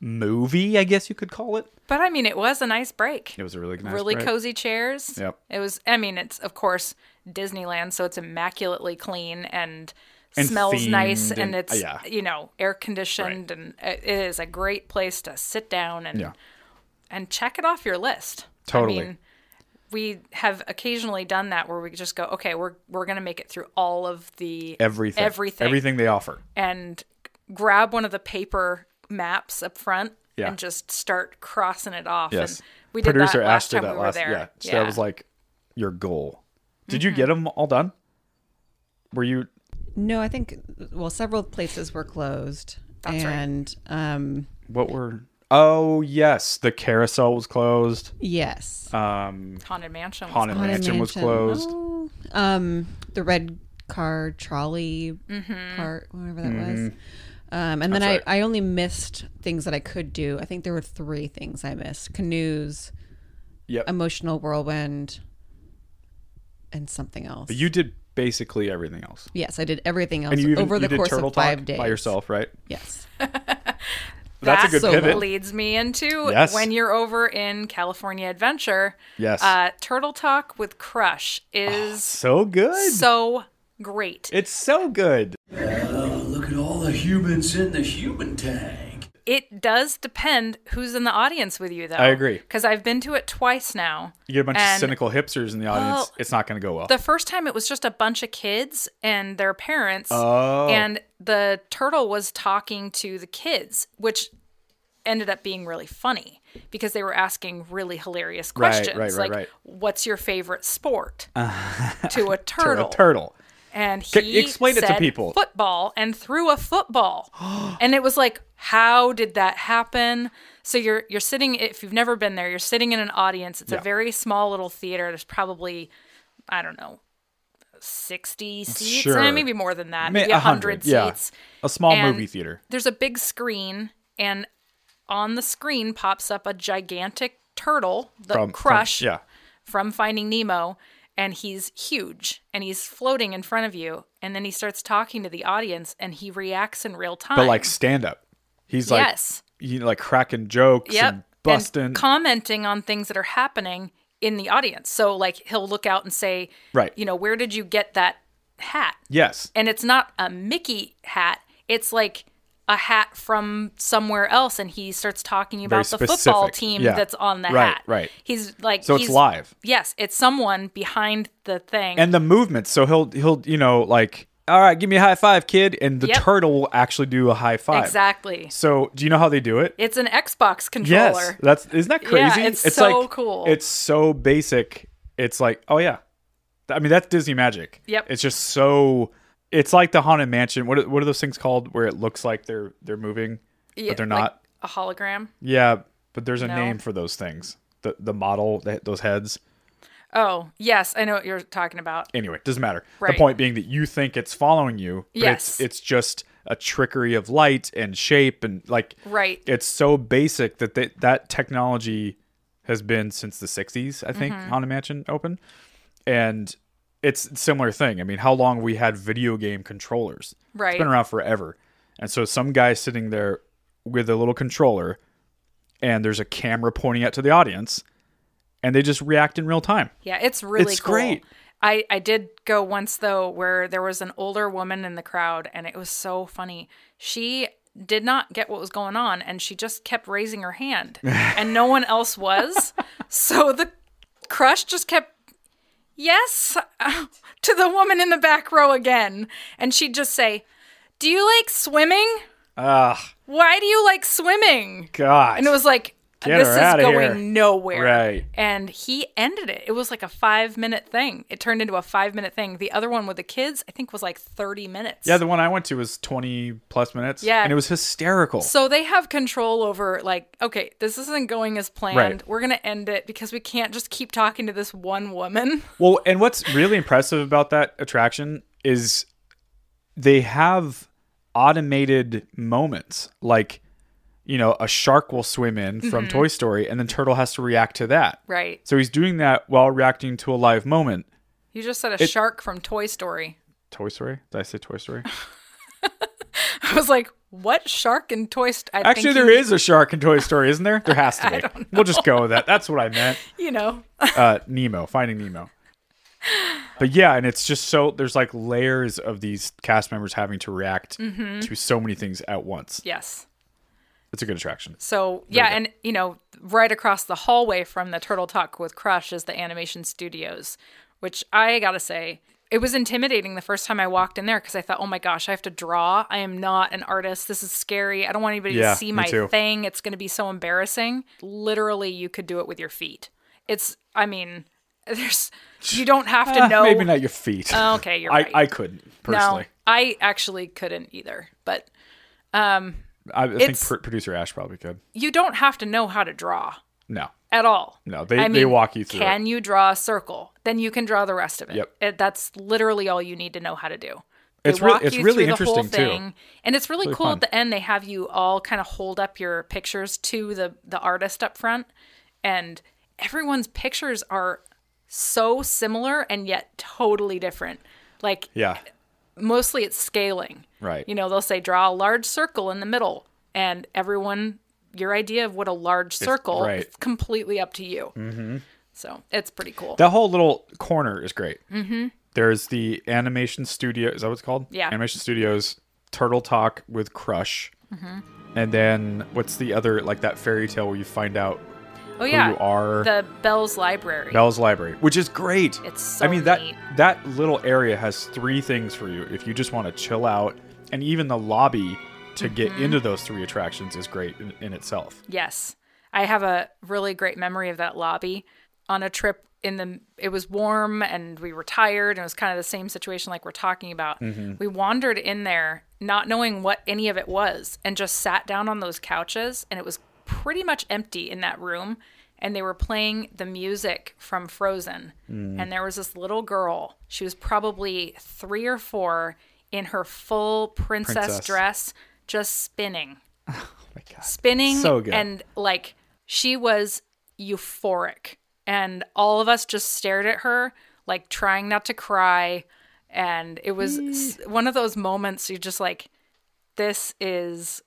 [SPEAKER 2] movie, I guess you could call it.
[SPEAKER 1] But I mean, it was a nice break.
[SPEAKER 2] It was a really nice
[SPEAKER 1] really
[SPEAKER 2] break.
[SPEAKER 1] cozy chairs.
[SPEAKER 2] Yep.
[SPEAKER 1] It was, I mean, it's, of course, Disneyland, so it's immaculately clean and.
[SPEAKER 2] And
[SPEAKER 1] smells nice
[SPEAKER 2] themed
[SPEAKER 1] and,
[SPEAKER 2] and-
[SPEAKER 1] it's
[SPEAKER 2] yeah.
[SPEAKER 1] you know uh, air conditioned and it it is a great place to sit down and
[SPEAKER 2] Yeah.
[SPEAKER 1] and check it off your list
[SPEAKER 2] Totally.
[SPEAKER 1] I mean, we have occasionally done that where we just go, okay, we're we're gonna make it through all of the
[SPEAKER 2] everything.
[SPEAKER 1] everything,
[SPEAKER 2] Everything they offer.
[SPEAKER 1] and grab one of the paper maps up front
[SPEAKER 2] Yeah.
[SPEAKER 1] and just start crossing it off.
[SPEAKER 2] Yes.
[SPEAKER 1] And we did
[SPEAKER 2] Producer
[SPEAKER 1] that last
[SPEAKER 2] asked her
[SPEAKER 1] time
[SPEAKER 2] that
[SPEAKER 1] we
[SPEAKER 2] last.
[SPEAKER 1] were there. Mm-hmm.
[SPEAKER 2] Yeah. So that was like your goal. Did you get them all done? Were you?
[SPEAKER 4] No, I think well, several places were closed,
[SPEAKER 1] That's right.
[SPEAKER 4] and um,
[SPEAKER 2] What were? Oh yes, the carousel was closed.
[SPEAKER 4] yes,
[SPEAKER 2] Um,
[SPEAKER 1] Haunted Mansion. Was
[SPEAKER 2] haunted
[SPEAKER 4] Haunted
[SPEAKER 2] mansion, was
[SPEAKER 4] Mansion.
[SPEAKER 2] closed.
[SPEAKER 4] Oh. um, the red car trolley part, whatever that was. Um, and then
[SPEAKER 2] Mm-hmm.
[SPEAKER 4] I,
[SPEAKER 2] right.
[SPEAKER 4] I only missed things that I could do. I think there were three things I missed: canoes,
[SPEAKER 2] Yep.
[SPEAKER 4] emotional whirlwind, and something else.
[SPEAKER 2] But you did basically everything else.
[SPEAKER 4] yes, I did everything else
[SPEAKER 2] And you even
[SPEAKER 4] over
[SPEAKER 2] you
[SPEAKER 4] the
[SPEAKER 2] did
[SPEAKER 4] course
[SPEAKER 2] turtle
[SPEAKER 4] of five
[SPEAKER 2] talk
[SPEAKER 4] days
[SPEAKER 2] by yourself, right?
[SPEAKER 4] Yes,
[SPEAKER 2] That's a
[SPEAKER 1] that
[SPEAKER 2] good
[SPEAKER 4] so
[SPEAKER 2] pivot.
[SPEAKER 1] leads me into
[SPEAKER 2] Yes.
[SPEAKER 1] when you're over in California Adventure.
[SPEAKER 2] Yes.
[SPEAKER 1] Uh, Turtle Talk with Crush is
[SPEAKER 2] So Oh, good.
[SPEAKER 1] so great.
[SPEAKER 2] it's so good.
[SPEAKER 5] Look at all the humans in the human tag.
[SPEAKER 1] It does depend who's in the audience with you, though.
[SPEAKER 2] I agree.
[SPEAKER 1] Because I've been to it twice now.
[SPEAKER 2] You get a bunch of
[SPEAKER 1] And
[SPEAKER 2] cynical hipsters in the audience.
[SPEAKER 1] Well,
[SPEAKER 2] it's not going to go well.
[SPEAKER 1] The first time it was just a bunch of kids and their parents.
[SPEAKER 2] Oh.
[SPEAKER 1] And the turtle was talking to the kids, which ended up being really funny because they were asking really hilarious
[SPEAKER 2] Right,
[SPEAKER 1] questions
[SPEAKER 2] right, right,
[SPEAKER 1] like
[SPEAKER 2] right.
[SPEAKER 1] what's your favorite sport to a
[SPEAKER 2] Tur-
[SPEAKER 1] turtle
[SPEAKER 2] a turtle.
[SPEAKER 1] and
[SPEAKER 2] C-
[SPEAKER 1] he
[SPEAKER 2] explain it to
[SPEAKER 1] said
[SPEAKER 2] people.
[SPEAKER 1] football and threw a football and it was like how did that happen so you're you're sitting if you've never been there you're sitting in an audience it's
[SPEAKER 2] Yeah.
[SPEAKER 1] a very small little theater there's probably i don't know 60 seats
[SPEAKER 2] Sure.
[SPEAKER 1] eh, maybe more than that
[SPEAKER 2] Ma-
[SPEAKER 1] maybe 100,
[SPEAKER 2] yeah.
[SPEAKER 1] seats
[SPEAKER 2] A small
[SPEAKER 1] And
[SPEAKER 2] movie theater.
[SPEAKER 1] there's a big screen and on the screen pops up a gigantic turtle the
[SPEAKER 2] From- from-
[SPEAKER 1] crush
[SPEAKER 2] yeah.
[SPEAKER 1] from Finding Nemo, and he's huge and he's floating in front of you. And then he starts talking to the audience and he reacts in real time.
[SPEAKER 2] But like stand up. He's like
[SPEAKER 1] Yes.
[SPEAKER 2] you know, like cracking jokes
[SPEAKER 1] yep,
[SPEAKER 2] and busting.
[SPEAKER 1] commenting on things that are happening in the audience. So, like, he'll look out and say,
[SPEAKER 2] Right.
[SPEAKER 1] you know, where did you get that hat?
[SPEAKER 2] yes.
[SPEAKER 1] And it's not a Mickey hat, it's like a hat from somewhere else. And he starts talking about the football
[SPEAKER 2] specific.
[SPEAKER 1] team
[SPEAKER 2] Yeah.
[SPEAKER 1] that's on the
[SPEAKER 2] Right,
[SPEAKER 1] hat.
[SPEAKER 2] right.
[SPEAKER 1] He's like,
[SPEAKER 2] So it's
[SPEAKER 1] he's,
[SPEAKER 2] live.
[SPEAKER 1] Yes, it's someone behind the thing.
[SPEAKER 2] and the movements. So he'll he'll you know like all right, give me a high five, kid, and the
[SPEAKER 1] Yep.
[SPEAKER 2] turtle will actually do a high five.
[SPEAKER 1] Exactly.
[SPEAKER 2] So do you know how they do it?
[SPEAKER 1] It's an Xbox
[SPEAKER 2] Yes,
[SPEAKER 1] controller.
[SPEAKER 2] that's isn't that
[SPEAKER 1] Yeah,
[SPEAKER 2] crazy?
[SPEAKER 1] it's so
[SPEAKER 2] like,
[SPEAKER 1] cool.
[SPEAKER 2] It's so basic. It's like oh yeah, I mean that's Disney magic.
[SPEAKER 1] Yep.
[SPEAKER 2] It's just so. It's like the haunted mansion. What are, what are those things called where it looks like they're they're moving,
[SPEAKER 1] Yeah,
[SPEAKER 2] but they're
[SPEAKER 1] like
[SPEAKER 2] not?
[SPEAKER 1] a hologram.
[SPEAKER 2] Yeah, but there's a
[SPEAKER 1] No.
[SPEAKER 2] name for those things. The the model that those heads.
[SPEAKER 1] Oh, yes, I know what you're talking about.
[SPEAKER 2] anyway, doesn't matter.
[SPEAKER 1] Right.
[SPEAKER 2] The point being that you think it's following you, but
[SPEAKER 1] Yes.
[SPEAKER 2] it's it's just a trickery of light and shape and like
[SPEAKER 1] Right.
[SPEAKER 2] it's so basic that they, that technology has been since the 60s, I think, Haunted Mansion open. And it's a similar thing. I mean, how long we had video game controllers.
[SPEAKER 1] Right.
[SPEAKER 2] It's been around forever. And so some guy sitting there with a little controller and there's a camera pointing out to the audience and they just react in real time.
[SPEAKER 1] Yeah, it's really
[SPEAKER 2] It's
[SPEAKER 1] cool.
[SPEAKER 2] great.
[SPEAKER 1] I, I did go once though where there was an older woman in the crowd and it was so funny. She did not get what was going on and she just kept raising her hand and no one else was. So the crush just kept yes to the woman in the back row again and she'd just say, "Do you like swimming?
[SPEAKER 2] Ah,
[SPEAKER 1] Why do you like swimming?"
[SPEAKER 2] god.
[SPEAKER 1] And it was like,
[SPEAKER 2] Get
[SPEAKER 1] this
[SPEAKER 2] her
[SPEAKER 1] is
[SPEAKER 2] outta
[SPEAKER 1] going
[SPEAKER 2] here.
[SPEAKER 1] nowhere.
[SPEAKER 2] Right.
[SPEAKER 1] And he ended it. It was like a five minute thing. It turned into a five minute thing. The other one with the kids, I think, was like 30 minutes.
[SPEAKER 2] Yeah, the one I went to was 20 plus minutes.
[SPEAKER 1] Yeah.
[SPEAKER 2] And it was hysterical.
[SPEAKER 1] so they have control over, like, okay, this isn't going as planned.
[SPEAKER 2] Right.
[SPEAKER 1] We're going to end it because we can't just keep talking to this one woman.
[SPEAKER 2] well, and what's really impressive about that attraction is they have automated moments. Like, you know, a shark will swim in from Toy Story and then Turtle has to react to that.
[SPEAKER 1] Right.
[SPEAKER 2] So he's doing that while reacting to a live moment.
[SPEAKER 1] You just said a shark from Toy Story.
[SPEAKER 2] Toy Story? Did I say Toy Story?
[SPEAKER 1] I was like, what shark in Toy Story?
[SPEAKER 2] Actually, there is a shark in Toy Story, isn't there? There has to be. We'll just go with that. That's what I meant.
[SPEAKER 1] You know,
[SPEAKER 2] uh, Nemo, Finding Nemo. But yeah, and it's just so there's like layers
[SPEAKER 1] Mm-hmm.
[SPEAKER 2] of these cast members having to react to so many things at once.
[SPEAKER 1] yes.
[SPEAKER 2] It's a good attraction.
[SPEAKER 1] So yeah, and you know, right across the hallway from the Turtle Talk with Crush is the Animation Studios, which I gotta say, it was intimidating the first time I walked in there because I thought, oh my gosh, I have to draw. I am not an artist. This is scary. I don't want anybody
[SPEAKER 2] Yeah,
[SPEAKER 1] to see
[SPEAKER 2] me
[SPEAKER 1] my
[SPEAKER 2] too.
[SPEAKER 1] thing. It's gonna be so embarrassing. Literally, you could do it with your feet. It's, I mean, there's, you don't have to
[SPEAKER 2] Ah,
[SPEAKER 1] know.
[SPEAKER 2] Maybe not your feet.
[SPEAKER 1] Oh, Okay, you're
[SPEAKER 2] I,
[SPEAKER 1] right.
[SPEAKER 2] I couldn't personally.
[SPEAKER 1] No, I actually couldn't either, but.
[SPEAKER 2] I, I think
[SPEAKER 1] It's-
[SPEAKER 2] pr- producer Ash probably could.
[SPEAKER 1] you don't have to know how to draw
[SPEAKER 2] No.
[SPEAKER 1] at all.
[SPEAKER 2] No, they- they walk you through
[SPEAKER 1] Can you draw a circle? Then you can draw the rest of it.
[SPEAKER 2] Yep.
[SPEAKER 1] It- that's literally all you need to know how to do. They
[SPEAKER 2] It's really-
[SPEAKER 1] walk
[SPEAKER 2] it's
[SPEAKER 1] you
[SPEAKER 2] really
[SPEAKER 1] through the whole
[SPEAKER 2] interesting, too.
[SPEAKER 1] thing, and it's really,
[SPEAKER 2] really
[SPEAKER 1] cool.
[SPEAKER 2] fun.
[SPEAKER 1] At the end, they have you all kind of hold up your pictures to the the artist up front, and everyone's pictures are so similar and yet totally different. Like
[SPEAKER 2] Yeah.
[SPEAKER 1] mostly it's scaling.
[SPEAKER 2] Right.
[SPEAKER 1] You know, they'll say draw a large circle in the middle, and everyone, your idea of what a large circle
[SPEAKER 2] right.
[SPEAKER 1] is completely up to you. Mm-hmm. So it's pretty cool.
[SPEAKER 2] That whole little corner is great. Mm-hmm. There's the animation studio. Is that what it's called?
[SPEAKER 1] Yeah.
[SPEAKER 2] Animation studios, Turtle Talk with Crush. Mm-hmm. And then what's the other, like that fairy tale where you find out
[SPEAKER 1] oh yeah,
[SPEAKER 2] you are-
[SPEAKER 1] the Bell's Library.
[SPEAKER 2] Bell's Library, which is great.
[SPEAKER 1] It's so
[SPEAKER 2] I mean that
[SPEAKER 1] neat.
[SPEAKER 2] that little area has three things for you if you just want to chill out, and even the lobby to get
[SPEAKER 1] Mm-hmm.
[SPEAKER 2] into those three attractions is great in, in itself.
[SPEAKER 1] Yes. I have a really great memory of that lobby on a trip in the it was warm and we were tired and it was kind of the same situation like we're talking about. We wandered in there not knowing what any of it was and just sat down on those couches and it was pretty much empty in that room and they were playing the music from Frozen and there was this little girl. She was probably 3 or 4 in her full princess.
[SPEAKER 2] Princess.
[SPEAKER 1] dress just spinning
[SPEAKER 2] my God.
[SPEAKER 1] spinning
[SPEAKER 2] So good.
[SPEAKER 1] and like she was euphoric and all of us just stared at her like trying not to cry and it was s- one of those moments you just like this is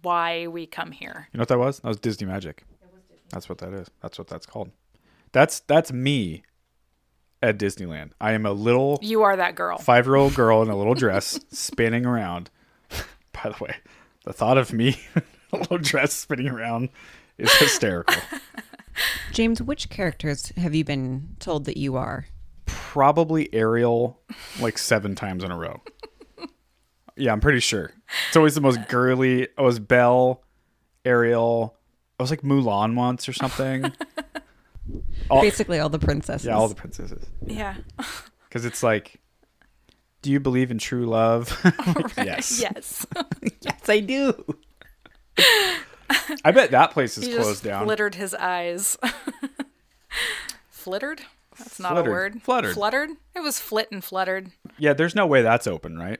[SPEAKER 1] why we come here
[SPEAKER 2] You know what that was? That was Disney Magic. That's what that is. That's what that's called. That's that's me at Disneyland. I am a little
[SPEAKER 1] you are that girl
[SPEAKER 2] five year old girl in a little dress spinning around. By the way, the thought of me in a little dress spinning around is hysterical.
[SPEAKER 4] James, which characters have you been told that you are?
[SPEAKER 2] Probably Ariel like seven times in a row. Yeah, I'm pretty sure. It's always the most girly. I was Belle, Ariel. I was like Mulan once or something. All-
[SPEAKER 4] Basically, all the princesses.
[SPEAKER 2] yeah, all the princesses.
[SPEAKER 1] yeah
[SPEAKER 2] Because it's like, do you believe in true love? Like, Yes.
[SPEAKER 1] yes
[SPEAKER 4] yes, I do.
[SPEAKER 2] I bet that place is
[SPEAKER 1] he
[SPEAKER 2] closed
[SPEAKER 1] just
[SPEAKER 2] down.
[SPEAKER 1] flittered his eyes flittered that's not
[SPEAKER 2] Fluttered.
[SPEAKER 1] a word
[SPEAKER 2] Fluttered.
[SPEAKER 1] fluttered it was flit and fluttered
[SPEAKER 2] Yeah, there's no way that's open, right?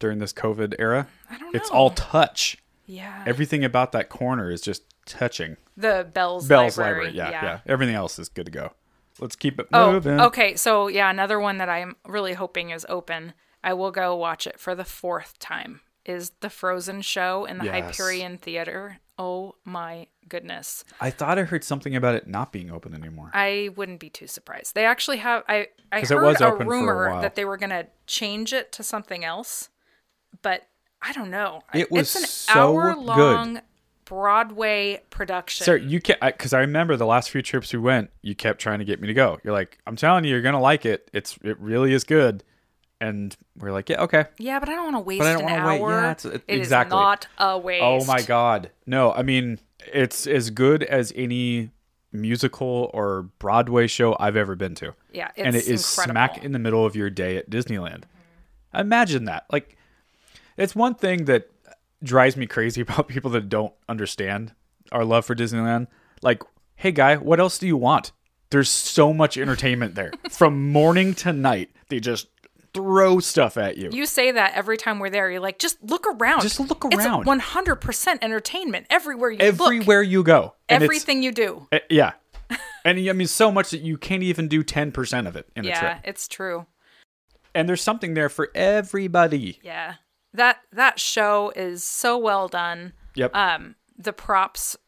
[SPEAKER 2] During this COVID era, I
[SPEAKER 1] don't
[SPEAKER 2] It's
[SPEAKER 1] know.
[SPEAKER 2] all touch.
[SPEAKER 1] yeah
[SPEAKER 2] Everything about that corner is just touching.
[SPEAKER 1] the bells
[SPEAKER 2] Bell's
[SPEAKER 1] library,
[SPEAKER 2] library, yeah, yeah, Everything else is good to go. Let's keep it
[SPEAKER 1] Oh,
[SPEAKER 2] moving.
[SPEAKER 1] okay. So yeah, another one that I'm really hoping is open. I will go watch it for the fourth time. Is the Frozen show in the
[SPEAKER 2] Yes.
[SPEAKER 1] Hyperion Theater? Oh my goodness!
[SPEAKER 2] I thought I heard something about it not being open anymore.
[SPEAKER 1] I wouldn't be too surprised. They actually have. I I
[SPEAKER 2] 'Cause
[SPEAKER 1] heard
[SPEAKER 2] it was
[SPEAKER 1] a
[SPEAKER 2] open for a
[SPEAKER 1] rumor
[SPEAKER 2] while.
[SPEAKER 1] that they were gonna change it to something else, but I don't know.
[SPEAKER 2] It was
[SPEAKER 1] it's an
[SPEAKER 2] so
[SPEAKER 1] hour long Broadway production.
[SPEAKER 2] Sarah, you can't because I, remember the last few trips we went. You kept trying to get me to go. You're like, I'm telling you, you're gonna like it. It's it really is good. And we're like, yeah, okay.
[SPEAKER 1] yeah, but I don't want to waste
[SPEAKER 2] I don't
[SPEAKER 1] an
[SPEAKER 2] wanna wait.
[SPEAKER 1] hour.
[SPEAKER 2] Yeah, it's- it-
[SPEAKER 1] It is
[SPEAKER 2] exactly.
[SPEAKER 1] not a waste.
[SPEAKER 2] Oh my god. No, I mean it's as good as any musical or Broadway show I've ever been to.
[SPEAKER 1] Yeah,
[SPEAKER 2] and it
[SPEAKER 1] it's
[SPEAKER 2] is
[SPEAKER 1] incredible.
[SPEAKER 2] smack in the middle of your day at Disneyland. Imagine that. Like it's one thing that drives me crazy about people that don't understand our love for Disneyland. Like, hey guy, what else do you want? There's so much entertainment there. From morning to night, they just throw stuff at you.
[SPEAKER 1] You say that every time we're there. You're like, just look around.
[SPEAKER 2] Just look around.
[SPEAKER 1] It's 100% entertainment everywhere you look.
[SPEAKER 2] Everywhere you go. And it's-
[SPEAKER 1] Everything you do.
[SPEAKER 2] Uh, yeah. And I mean, so much that you can't even do 10% of it in a
[SPEAKER 1] Yeah,
[SPEAKER 2] trip.
[SPEAKER 1] it's true.
[SPEAKER 2] And there's something there for everybody.
[SPEAKER 1] Yeah. That that show is so well done.
[SPEAKER 2] Yep.
[SPEAKER 1] Um the props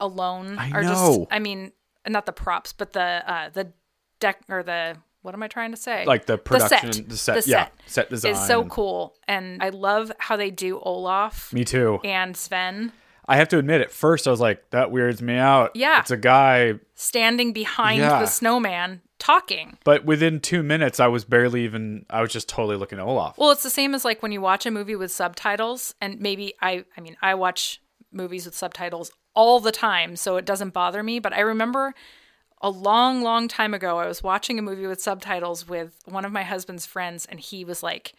[SPEAKER 1] alone
[SPEAKER 2] I
[SPEAKER 1] are
[SPEAKER 2] know.
[SPEAKER 1] just I mean, not the props, but the uh the deck or the what am I trying to say?
[SPEAKER 2] Like the production,
[SPEAKER 1] the set,
[SPEAKER 2] the set- yeah, set design
[SPEAKER 1] is so
[SPEAKER 2] and-
[SPEAKER 1] cool, and I love how they do Olaf
[SPEAKER 2] Me too.
[SPEAKER 1] and Sven.
[SPEAKER 2] I have to admit, at first I was like, that weirds me out.
[SPEAKER 1] Yeah.
[SPEAKER 2] It's a guy.
[SPEAKER 1] standing behind
[SPEAKER 2] Yeah.
[SPEAKER 1] the snowman talking.
[SPEAKER 2] But within two minutes, I was barely even, I was just totally looking at Olaf.
[SPEAKER 1] Well, it's the same as like when you watch a movie with subtitles, and maybe I, I mean, I watch movies with subtitles all the time, so it doesn't bother me. But I remember a long, long time ago, I was watching a movie with subtitles with one of my husband's friends, and he was like,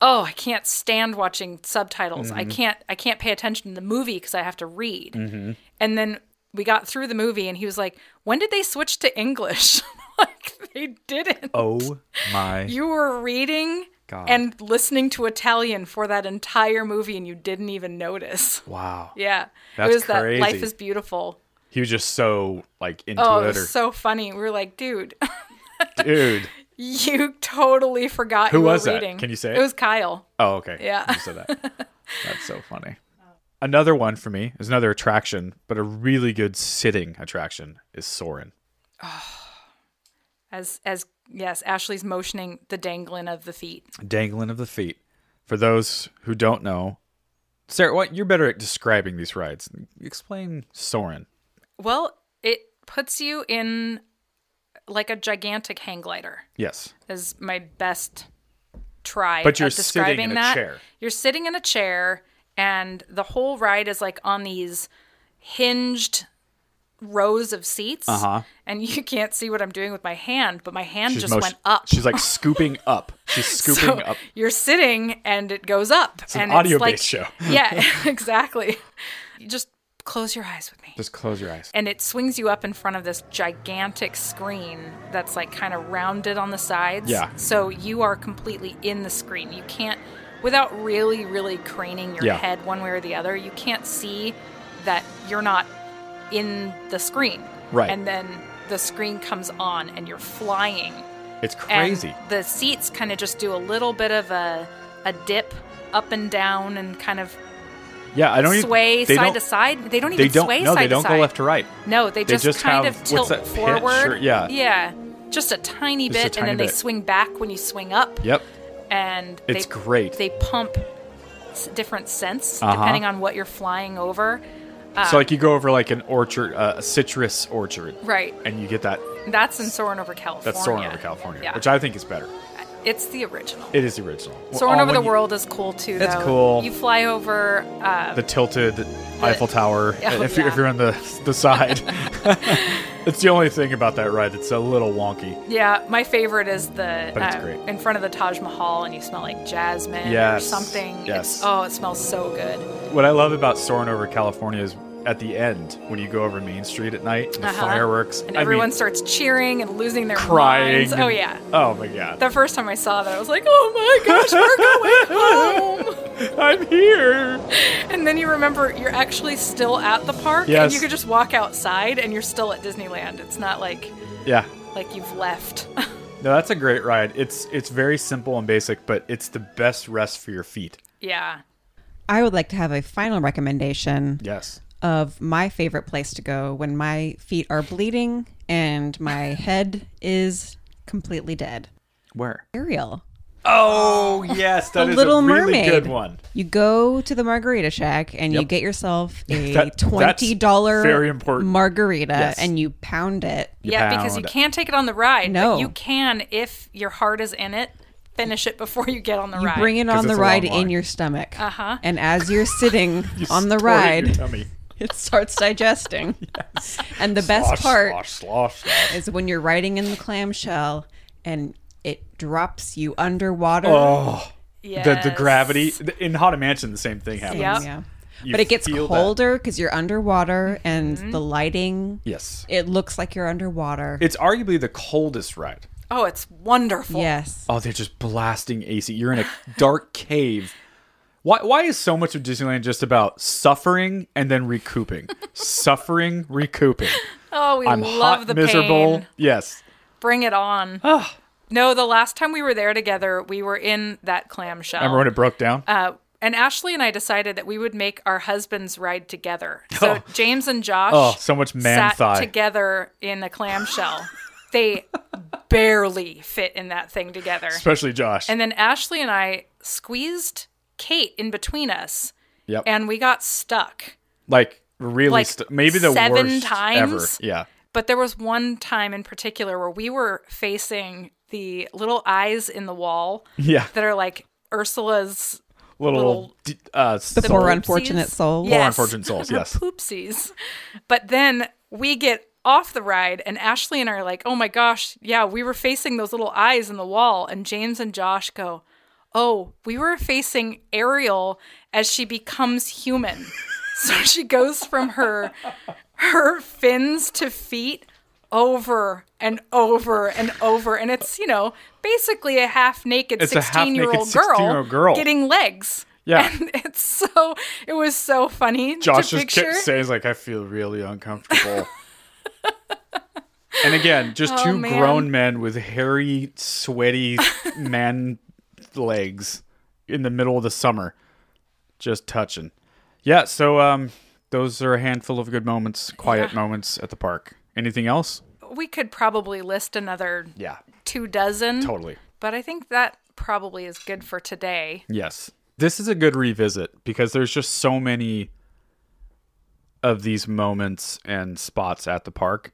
[SPEAKER 1] "Oh, I can't stand watching subtitles. I can't, I can't pay attention to the movie because I have to read." And then we got through the movie, and he was like, "When did they switch to English?" like they didn't.
[SPEAKER 2] oh my.
[SPEAKER 1] You were reading
[SPEAKER 2] God.
[SPEAKER 1] and listening to Italian for that entire movie and you didn't even notice.
[SPEAKER 2] wow.
[SPEAKER 1] Yeah.
[SPEAKER 2] That's
[SPEAKER 1] it was
[SPEAKER 2] crazy.
[SPEAKER 1] that Life is Beautiful.
[SPEAKER 2] He was just so like into
[SPEAKER 1] Oh, it
[SPEAKER 2] it. Or,
[SPEAKER 1] was so funny. We were like, dude,
[SPEAKER 2] dude.
[SPEAKER 1] you totally forgot
[SPEAKER 2] Who
[SPEAKER 1] you were
[SPEAKER 2] was that?
[SPEAKER 1] reading.
[SPEAKER 2] Can you say it?
[SPEAKER 1] It was Kyle.
[SPEAKER 2] Oh, okay.
[SPEAKER 1] Yeah.
[SPEAKER 2] You said that. That's so funny. Another one for me is another attraction, but a really good sitting attraction is Soren.
[SPEAKER 1] As as yes, Ashley's motioning the dangling of the feet.
[SPEAKER 2] Dangling of the feet. For those who don't know, Sarah, what you're better at describing these rides. Explain Soren.
[SPEAKER 1] Well, it puts you in like a gigantic hang glider.
[SPEAKER 2] Yes.
[SPEAKER 1] is my best try.
[SPEAKER 2] But you're
[SPEAKER 1] at describing
[SPEAKER 2] sitting in a
[SPEAKER 1] that.
[SPEAKER 2] chair.
[SPEAKER 1] You're sitting in a chair, and the whole ride is like on these hinged rows of seats.
[SPEAKER 2] Uh-huh.
[SPEAKER 1] And you can't see what I'm doing with my hand, but my hand
[SPEAKER 2] She's
[SPEAKER 1] just
[SPEAKER 2] most-
[SPEAKER 1] went up.
[SPEAKER 2] She's like scooping up. She's scooping
[SPEAKER 1] So
[SPEAKER 2] up.
[SPEAKER 1] You're sitting and it goes up.
[SPEAKER 2] an
[SPEAKER 1] and it's
[SPEAKER 2] audio-based
[SPEAKER 1] like,
[SPEAKER 2] show.
[SPEAKER 1] yeah, exactly. You just close your eyes with me
[SPEAKER 2] Just close your eyes.
[SPEAKER 1] and it swings you up in front of this gigantic screen that's like kind of rounded on the sides.
[SPEAKER 2] Yeah.
[SPEAKER 1] So you are completely in the screen. You can't, without really, really craning your
[SPEAKER 2] Yeah.
[SPEAKER 1] head one way or the other, you can't see that you're not in the screen.
[SPEAKER 2] Right.
[SPEAKER 1] And then the screen comes on and you're flying.
[SPEAKER 2] It's crazy.
[SPEAKER 1] And the seats kind of just do a little bit of a, a dip up and down and kind of
[SPEAKER 2] yeah, I don't even
[SPEAKER 1] sway
[SPEAKER 2] they
[SPEAKER 1] side
[SPEAKER 2] don't-
[SPEAKER 1] to side. They don't even
[SPEAKER 2] They don't
[SPEAKER 1] sway
[SPEAKER 2] no,
[SPEAKER 1] side
[SPEAKER 2] they don't
[SPEAKER 1] to
[SPEAKER 2] go
[SPEAKER 1] side.
[SPEAKER 2] left to right.
[SPEAKER 1] No, they
[SPEAKER 2] They
[SPEAKER 1] just,
[SPEAKER 2] just
[SPEAKER 1] kind
[SPEAKER 2] have-
[SPEAKER 1] of
[SPEAKER 2] what's
[SPEAKER 1] tilt
[SPEAKER 2] that pitch
[SPEAKER 1] forward.
[SPEAKER 2] or- yeah.
[SPEAKER 1] Yeah. Just a tiny
[SPEAKER 2] Just a
[SPEAKER 1] bit
[SPEAKER 2] tiny
[SPEAKER 1] and then
[SPEAKER 2] bit.
[SPEAKER 1] they swing back when you swing up.
[SPEAKER 2] Yep.
[SPEAKER 1] And
[SPEAKER 2] It's
[SPEAKER 1] they,
[SPEAKER 2] great.
[SPEAKER 1] They pump s- different scents
[SPEAKER 2] Uh-huh.
[SPEAKER 1] depending on what you're flying over. Ah.
[SPEAKER 2] so like you go over like an orchard, uh, a citrus orchard,
[SPEAKER 1] Right.
[SPEAKER 2] and you get that
[SPEAKER 1] That's in Soarin' over California.
[SPEAKER 2] that's Soren over California,
[SPEAKER 1] Yeah.
[SPEAKER 2] which I think is better.
[SPEAKER 1] it's the original.
[SPEAKER 2] It is the original.
[SPEAKER 1] Soarin'
[SPEAKER 2] Oh,
[SPEAKER 1] over the
[SPEAKER 2] when you-
[SPEAKER 1] world is cool too.
[SPEAKER 2] That's
[SPEAKER 1] though.
[SPEAKER 2] cool.
[SPEAKER 1] You fly over. Uh,
[SPEAKER 2] the tilted Eiffel Tower.
[SPEAKER 1] Oh,
[SPEAKER 2] if, you,
[SPEAKER 1] yeah.
[SPEAKER 2] if you're on the the side, it's the only thing about that ride that's a little wonky.
[SPEAKER 1] yeah, my favorite is the
[SPEAKER 2] But it's
[SPEAKER 1] uh,
[SPEAKER 2] great.
[SPEAKER 1] in front of the Taj Mahal, and you smell like jasmine
[SPEAKER 2] Yes.
[SPEAKER 1] or something.
[SPEAKER 2] Yes.
[SPEAKER 1] It's, oh, it smells so good.
[SPEAKER 2] What I love about soaring over California is at the end when you go over Main Street at night, and the
[SPEAKER 1] Uh-huh.
[SPEAKER 2] fireworks,
[SPEAKER 1] and
[SPEAKER 2] I mean,
[SPEAKER 1] everyone starts cheering and losing their
[SPEAKER 2] crying.
[SPEAKER 1] minds. Oh
[SPEAKER 2] and-
[SPEAKER 1] yeah.
[SPEAKER 2] Oh my god.
[SPEAKER 1] The first time I saw that, I was like, "Oh my gosh, we're going home!"
[SPEAKER 2] I'm here.
[SPEAKER 1] And then you remember you're actually still at the park,
[SPEAKER 2] Yes.
[SPEAKER 1] and you could just walk outside, and you're still at Disneyland. It's not like
[SPEAKER 2] Yeah.
[SPEAKER 1] like you've left.
[SPEAKER 2] No, that's a great ride. It's it's very simple and basic, but it's the best rest for your feet.
[SPEAKER 1] yeah.
[SPEAKER 4] I would like to have a final recommendation
[SPEAKER 2] Yes.
[SPEAKER 4] of my favorite place to go when my feet are bleeding and my head is completely dead.
[SPEAKER 2] Where?
[SPEAKER 4] Ariel.
[SPEAKER 2] Oh yes, that
[SPEAKER 4] The
[SPEAKER 2] is
[SPEAKER 4] Little
[SPEAKER 2] a really
[SPEAKER 4] Mermaid.
[SPEAKER 2] good one.
[SPEAKER 4] You go to the margarita shack and you
[SPEAKER 2] Yep.
[SPEAKER 4] get yourself a
[SPEAKER 2] That-
[SPEAKER 4] twenty dollar
[SPEAKER 2] that's very important.
[SPEAKER 4] margarita
[SPEAKER 2] Yes.
[SPEAKER 4] and you pound it.
[SPEAKER 2] You
[SPEAKER 1] yeah, because you
[SPEAKER 2] pound.
[SPEAKER 1] can't take it on the ride.
[SPEAKER 4] No.
[SPEAKER 1] but you can if your heart is in it. Finish it before you get on the
[SPEAKER 4] You
[SPEAKER 1] ride.
[SPEAKER 4] bring it
[SPEAKER 2] 'Cause
[SPEAKER 4] on the
[SPEAKER 2] it's a
[SPEAKER 4] ride
[SPEAKER 2] long line.
[SPEAKER 4] in your stomach.
[SPEAKER 1] Uh-huh.
[SPEAKER 4] And as you're sitting on the
[SPEAKER 2] Pour it in your
[SPEAKER 4] ride,
[SPEAKER 2] tummy.
[SPEAKER 4] it starts digesting. And the best
[SPEAKER 2] Slosh,
[SPEAKER 4] part
[SPEAKER 2] slosh, slosh, slosh.
[SPEAKER 4] is when you're riding in the clamshell and it drops you underwater.
[SPEAKER 2] Oh,
[SPEAKER 1] Yes.
[SPEAKER 2] the the gravity the- in Haunted Mansion. The same thing happens.
[SPEAKER 1] Yep.
[SPEAKER 4] Yeah.
[SPEAKER 2] You
[SPEAKER 4] But it gets
[SPEAKER 2] feel that.
[SPEAKER 4] colder because you're underwater and the lighting,
[SPEAKER 2] Yes,
[SPEAKER 4] it looks like you're underwater.
[SPEAKER 2] it's arguably the coldest ride.
[SPEAKER 1] Oh, it's wonderful.
[SPEAKER 4] yes.
[SPEAKER 2] Oh, they're just blasting AC. You're in a dark cave. Why, why is so much of Disneyland just about suffering and then recouping? suffering, recouping.
[SPEAKER 1] Oh, we
[SPEAKER 2] I'm
[SPEAKER 1] love
[SPEAKER 2] hot,
[SPEAKER 1] the
[SPEAKER 2] miserable.
[SPEAKER 1] pain.
[SPEAKER 2] Yes.
[SPEAKER 1] Bring it on.
[SPEAKER 2] Ah.
[SPEAKER 1] No, the last time we were there together, we were in that clamshell.
[SPEAKER 2] I remember when it broke down.
[SPEAKER 1] uh, and Ashley and I decided that we would make our husbands ride together. So
[SPEAKER 2] Oh.
[SPEAKER 1] James and Josh
[SPEAKER 2] Oh, so much man
[SPEAKER 1] sat
[SPEAKER 2] thigh.
[SPEAKER 1] together in a clamshell. they barely fit in that thing together.
[SPEAKER 2] Especially Josh.
[SPEAKER 1] And then Ashley and I squeezed Kate in between us
[SPEAKER 2] yep.
[SPEAKER 1] and we got stuck.
[SPEAKER 2] Like really,
[SPEAKER 1] Like,
[SPEAKER 2] st- maybe the
[SPEAKER 1] seven
[SPEAKER 2] worst
[SPEAKER 1] times?
[SPEAKER 2] ever. Yeah.
[SPEAKER 1] But there was one time in particular where we were facing the little eyes in the wall
[SPEAKER 2] Yeah.
[SPEAKER 1] that are like Ursula's
[SPEAKER 2] Little,
[SPEAKER 1] little-
[SPEAKER 2] d- uh, s-
[SPEAKER 1] the
[SPEAKER 4] Poor
[SPEAKER 1] poopsies.
[SPEAKER 4] unfortunate souls.
[SPEAKER 2] Poor unfortunate souls,
[SPEAKER 1] Her
[SPEAKER 2] yes.
[SPEAKER 1] poopsies. But then we get off the ride, and Ashley and I are like, oh my gosh, yeah, we were facing those little eyes in the wall. And James and Josh go, oh, we were facing Ariel as she becomes human. so she goes from her her fins to feet over and over and over and it's you know basically a half naked
[SPEAKER 2] It's a
[SPEAKER 1] 16 year old
[SPEAKER 2] half-naked 16-year-old girl.
[SPEAKER 1] getting legs
[SPEAKER 2] Yeah.
[SPEAKER 1] and it's so it was so funny
[SPEAKER 2] Josh
[SPEAKER 1] to
[SPEAKER 2] just
[SPEAKER 1] picture.
[SPEAKER 2] kept saying, like, I feel really uncomfortable. and again, just two
[SPEAKER 1] Oh, man.
[SPEAKER 2] grown men with hairy, sweaty man legs in the middle of the summer, just touching. Yeah, so um, those are a handful of good moments, quiet moments at the park. Anything else?
[SPEAKER 1] we could probably list another
[SPEAKER 2] Yeah,
[SPEAKER 1] two dozen
[SPEAKER 2] totally.
[SPEAKER 1] but i think that probably is good for today
[SPEAKER 2] Yes. This is a good revisit because there's just so many of these moments and spots at the park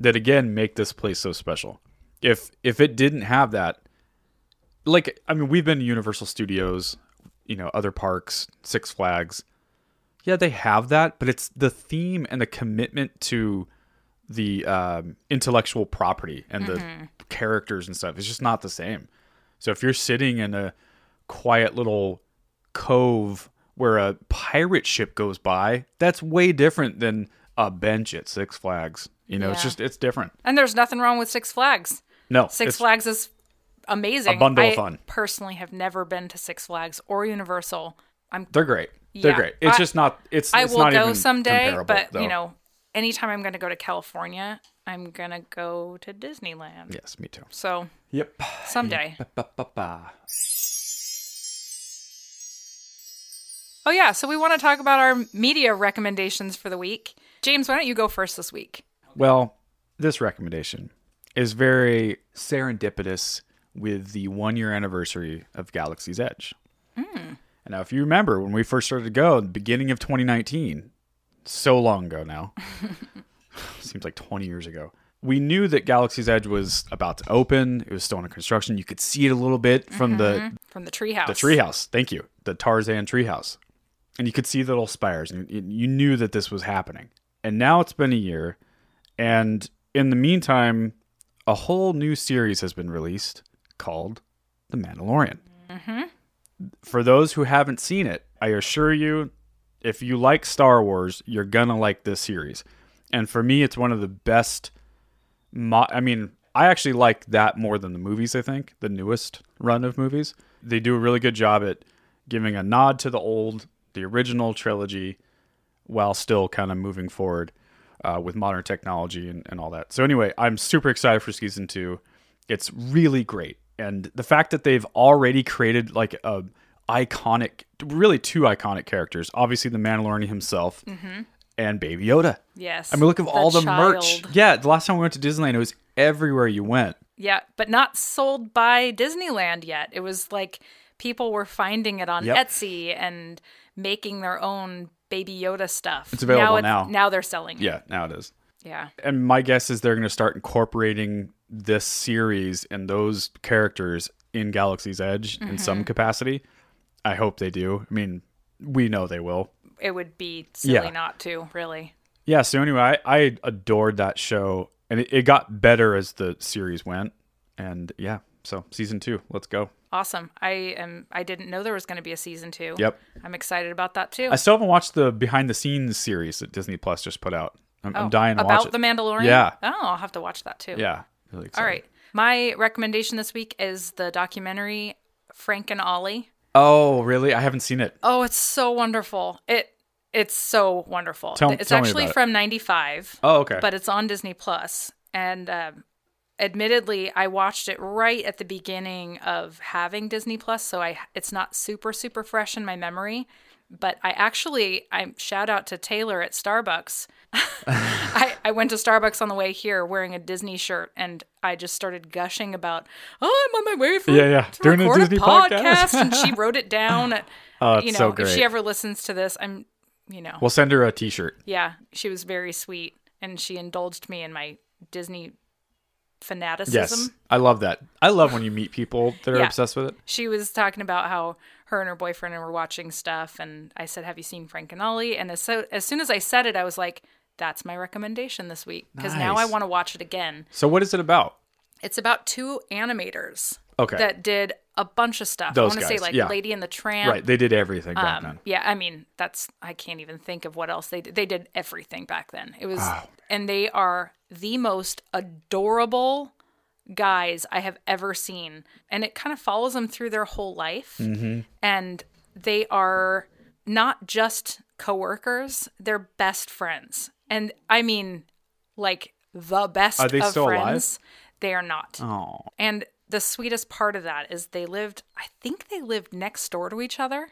[SPEAKER 2] that again make this place so special. If if it didn't have that like I mean we've been to Universal Studios, you know, other parks, Six Flags. Yeah, they have that, but it's the theme and the commitment to the um, intellectual property and
[SPEAKER 1] Mm-hmm.
[SPEAKER 2] the characters and stuff. It's just not the same. So if you're sitting in a quiet little cove where a pirate ship goes by, that's way different than a bench at Six Flags. You know, it's
[SPEAKER 1] Yeah.
[SPEAKER 2] just it's different.
[SPEAKER 1] and there's nothing wrong with six flags
[SPEAKER 2] No,
[SPEAKER 1] six
[SPEAKER 2] it's-
[SPEAKER 1] flags is amazing
[SPEAKER 2] A bundle of
[SPEAKER 1] I
[SPEAKER 2] fun.
[SPEAKER 1] personally have never been to six flags or universal i'm
[SPEAKER 2] They're great. They're
[SPEAKER 1] Yeah.
[SPEAKER 2] great. It's
[SPEAKER 1] I-
[SPEAKER 2] just not. It's.
[SPEAKER 1] i
[SPEAKER 2] it's
[SPEAKER 1] will
[SPEAKER 2] not
[SPEAKER 1] go
[SPEAKER 2] even
[SPEAKER 1] someday
[SPEAKER 2] comparable,
[SPEAKER 1] but
[SPEAKER 2] though.
[SPEAKER 1] you know anytime i'm going to go to california i'm going to go to disneyland
[SPEAKER 2] Yes, me too.
[SPEAKER 1] so
[SPEAKER 2] Yep.
[SPEAKER 1] someday
[SPEAKER 2] Ba-ba-ba.
[SPEAKER 1] Oh, yeah. So we want to talk about our media recommendations for the week. James, why don't you go first this week?
[SPEAKER 2] Well, this recommendation is very serendipitous with the one year anniversary of Galaxy's Edge.
[SPEAKER 1] Hmm.
[SPEAKER 2] And now, if you remember when we first started to go, the beginning of 2019, so long ago now, seems like 20 years ago, we knew that Galaxy's Edge was about to open. It was still under construction. You could see it a little bit from the
[SPEAKER 1] From the treehouse.
[SPEAKER 2] the treehouse. Thank you. The Tarzan treehouse. And you could see the little spires, and you- you knew that this was happening. And now it's been a year, and in the meantime, a whole new series has been released called The Mandalorian. For those who haven't seen it, I assure you, if you like Star Wars, you're gonna like this series. And for me, it's one of the best. Mo- I mean, I actually like that more than the movies. I think the newest run of movies. They do a really good job at giving a nod to the old, the original trilogy, while still kind of moving forward uh, with modern technology and, and all that. So anyway, I'm super excited for season two. It's really great, and the fact that they've already created like a iconic, really two iconic characters. Obviously, the Mandalorian himself and Baby Yoda.
[SPEAKER 1] Yes.
[SPEAKER 2] I mean, look at all the merch.
[SPEAKER 1] child.
[SPEAKER 2] Yeah, the last time we went to Disneyland, it was everywhere you went.
[SPEAKER 1] Yeah, but not sold by Disneyland yet. It was like people were finding it on
[SPEAKER 2] Yep.
[SPEAKER 1] Etsy and making their own Baby Yoda stuff. It's
[SPEAKER 2] available now.
[SPEAKER 1] Now they're selling it.
[SPEAKER 2] Yeah, now it is.
[SPEAKER 1] Yeah.
[SPEAKER 2] And my guess is they're going to start incorporating this series and those characters in Galaxy's Edge in
[SPEAKER 1] Mm-hmm.
[SPEAKER 2] some capacity. I hope they do. I mean, we know they will.
[SPEAKER 1] It would be silly
[SPEAKER 2] Yeah.
[SPEAKER 1] not to, really.
[SPEAKER 2] Yeah, so anyway, I, I adored that show, and it, it got better as the series went. And yeah, so season two, let's go.
[SPEAKER 1] Awesome. I am I didn't know there was going to be a season 2.
[SPEAKER 2] Yep.
[SPEAKER 1] I'm excited about that too.
[SPEAKER 2] I still haven't watched the behind the scenes series that Disney Plus just put out. I'm, I'm dying to
[SPEAKER 1] Oh, about
[SPEAKER 2] watch it.
[SPEAKER 1] the Mandalorian.
[SPEAKER 2] Yeah.
[SPEAKER 1] Oh, I'll have to watch that too.
[SPEAKER 2] yeah, really
[SPEAKER 1] All
[SPEAKER 2] excited.
[SPEAKER 1] right. My recommendation this week is the documentary Frank and Ollie.
[SPEAKER 2] Oh, really? I haven't seen it.
[SPEAKER 1] Oh, it's so wonderful. It it's so wonderful.
[SPEAKER 2] Tell-
[SPEAKER 1] it's
[SPEAKER 2] tell me
[SPEAKER 1] actually
[SPEAKER 2] about it.
[SPEAKER 1] from 95,
[SPEAKER 2] Oh, okay.
[SPEAKER 1] but it's on Disney Plus and um admittedly I watched it right at the beginning of having Disney Plus, so I it's not super super fresh in my memory. But I actually, I shout out to Taylor at Starbucks. I, I went to Starbucks on the way here wearing a Disney shirt, and I just started gushing about, "Oh, I'm on my way for
[SPEAKER 2] Yeah, yeah.
[SPEAKER 1] to
[SPEAKER 2] Doing a
[SPEAKER 1] record
[SPEAKER 2] Disney
[SPEAKER 1] podcast,"
[SPEAKER 2] podcast.
[SPEAKER 1] and she wrote it down.
[SPEAKER 2] Oh, it's
[SPEAKER 1] you know,
[SPEAKER 2] so
[SPEAKER 1] if
[SPEAKER 2] great.
[SPEAKER 1] she ever listens to this, I'm you know.
[SPEAKER 2] We'll send her a T-shirt.
[SPEAKER 1] yeah, she was very sweet and she indulged me in my Disney fanaticism.
[SPEAKER 2] Yes, I love that. I love when you meet people that are
[SPEAKER 1] Yeah.
[SPEAKER 2] obsessed with it.
[SPEAKER 1] she was talking about how her and her boyfriend were watching stuff and i said have you seen frank and ollie and as, so, as soon as i said it i was like that's my recommendation this week because now i
[SPEAKER 2] Nice.
[SPEAKER 1] want to watch it again
[SPEAKER 2] So what is it about?
[SPEAKER 1] it's about two animators
[SPEAKER 2] Okay.
[SPEAKER 1] that did a bunch of stuff
[SPEAKER 2] Those
[SPEAKER 1] i want to say
[SPEAKER 2] guys,
[SPEAKER 1] like
[SPEAKER 2] yeah.
[SPEAKER 1] lady and the tramp
[SPEAKER 2] Right, they did everything back
[SPEAKER 1] um,
[SPEAKER 2] then.
[SPEAKER 1] yeah, I mean that's I can't even think of what else they did. They did everything back then. It was, and they are the most adorable guys I have ever seen, and it kind of follows them through their whole life,
[SPEAKER 2] Mm-hmm.
[SPEAKER 1] and they are not just coworkers; they're best friends, and I mean like the best.
[SPEAKER 2] Are they
[SPEAKER 1] of
[SPEAKER 2] still alive?
[SPEAKER 1] friends. They are not. And the sweetest part of that is they lived, I think they lived next door to each other.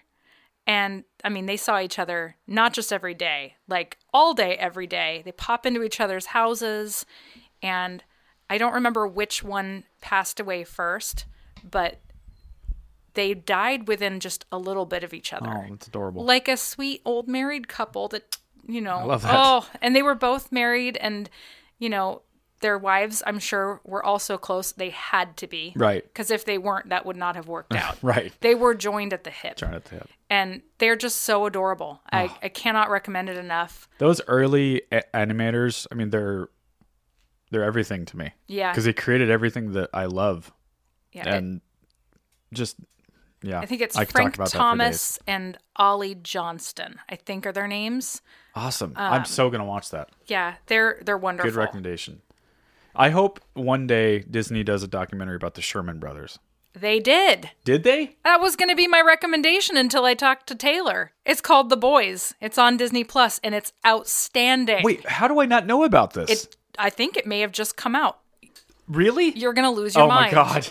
[SPEAKER 1] And I mean, they saw each other not just every day, like all day, every day. They pop into each other's houses. And I don't remember which one passed away first, but they died within just a little bit of each other
[SPEAKER 2] Oh, that's adorable.
[SPEAKER 1] like a sweet old married couple that you know
[SPEAKER 2] love that.
[SPEAKER 1] oh and they were both married and you know their wives i'm sure were also close they had to be
[SPEAKER 2] Right.
[SPEAKER 1] because if they weren't that would not have worked out
[SPEAKER 2] right.
[SPEAKER 1] they were joined at the hip
[SPEAKER 2] Darn it, they had-
[SPEAKER 1] and they're just so adorable I, I cannot recommend it enough
[SPEAKER 2] Those early a- animators, I mean, they're they're everything to me.
[SPEAKER 1] Yeah.
[SPEAKER 2] because they created everything that I love,
[SPEAKER 1] yeah it-
[SPEAKER 2] and just yeah.
[SPEAKER 1] i think it's
[SPEAKER 2] could
[SPEAKER 1] frank
[SPEAKER 2] that for days.
[SPEAKER 1] thomas and ollie johnston i think are their names
[SPEAKER 2] Awesome!
[SPEAKER 1] um,
[SPEAKER 2] I'm so gonna watch that.
[SPEAKER 1] yeah they're they're wonderful
[SPEAKER 2] Good recommendation. I hope one day Disney does a documentary about the Sherman Brothers.
[SPEAKER 1] they did
[SPEAKER 2] Did they?
[SPEAKER 1] That was going to be my recommendation until I talked to Taylor. It's called The Boys. It's on Disney Plus and it's outstanding.
[SPEAKER 2] Wait, how do I not know about this?
[SPEAKER 1] It, I think it may have just come out.
[SPEAKER 2] really?
[SPEAKER 1] You're going to lose your
[SPEAKER 2] oh my
[SPEAKER 1] mind.
[SPEAKER 2] god!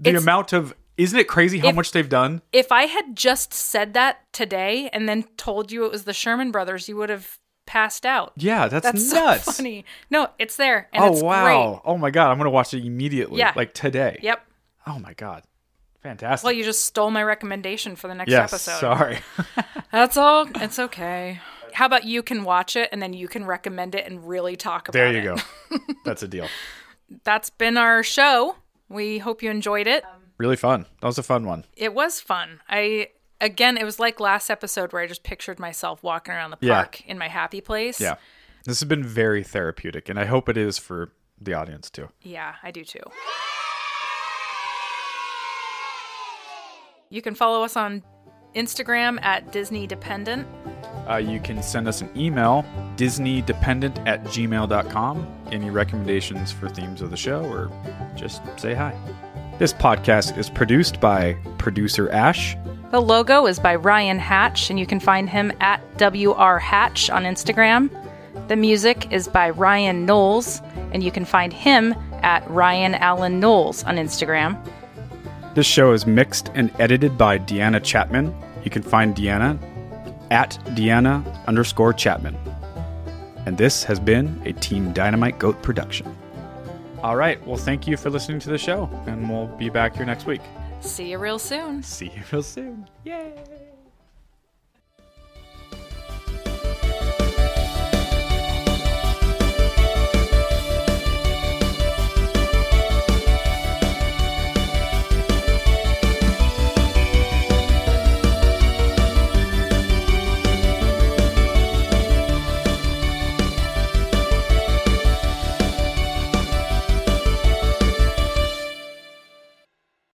[SPEAKER 2] The
[SPEAKER 1] It's-
[SPEAKER 2] amount of isn't it crazy how much they've done?
[SPEAKER 1] If I had just said that today and then told you it was the Sherman Brothers, you would have passed out.
[SPEAKER 2] Yeah, that's,
[SPEAKER 1] That's
[SPEAKER 2] nuts.
[SPEAKER 1] so funny. No, it's there and
[SPEAKER 2] Oh
[SPEAKER 1] it's
[SPEAKER 2] wow!
[SPEAKER 1] great.
[SPEAKER 2] Oh my god! I'm gonna watch it immediately.
[SPEAKER 1] Yeah.
[SPEAKER 2] like today.
[SPEAKER 1] Yep.
[SPEAKER 2] Oh my god! Fantastic.
[SPEAKER 1] Well, you just stole my recommendation for the next
[SPEAKER 2] yes.
[SPEAKER 1] episode.
[SPEAKER 2] Sorry.
[SPEAKER 1] That's all. It's okay. How about you can watch it and then you can recommend it and really talk about it.
[SPEAKER 2] there you go. That's a deal.
[SPEAKER 1] that's been our show. We hope you enjoyed it.
[SPEAKER 2] Really fun. That was a fun one.
[SPEAKER 1] It was fun. I again, it was like last episode where I just pictured myself walking around the
[SPEAKER 2] Yeah.
[SPEAKER 1] park in my happy place.
[SPEAKER 2] Yeah. This has been very therapeutic, and I hope it is for the audience too.
[SPEAKER 1] Yeah, I do too. You can follow us on Instagram at Disney Dependent.
[SPEAKER 2] Uh, you can send us an email, disneydependent at gmail.com. Any recommendations for themes of the show, or just say hi. This podcast is produced by producer Ash.
[SPEAKER 1] The logo is by Ryan Hatch, and you can find him at WR Hatch on Instagram. The music is by Ryan Knowles, and you can find him at Ryan Allen Knowles on Instagram.
[SPEAKER 2] This show is mixed and edited by Deanna Chapman. You can find Deanna at Deanna underscore Chapman. And this has been a Team Dynamite Goat production. All right. Well, thank you for listening to the show, and we'll be back here next week.
[SPEAKER 1] See you real soon.
[SPEAKER 2] See you real soon. Yay.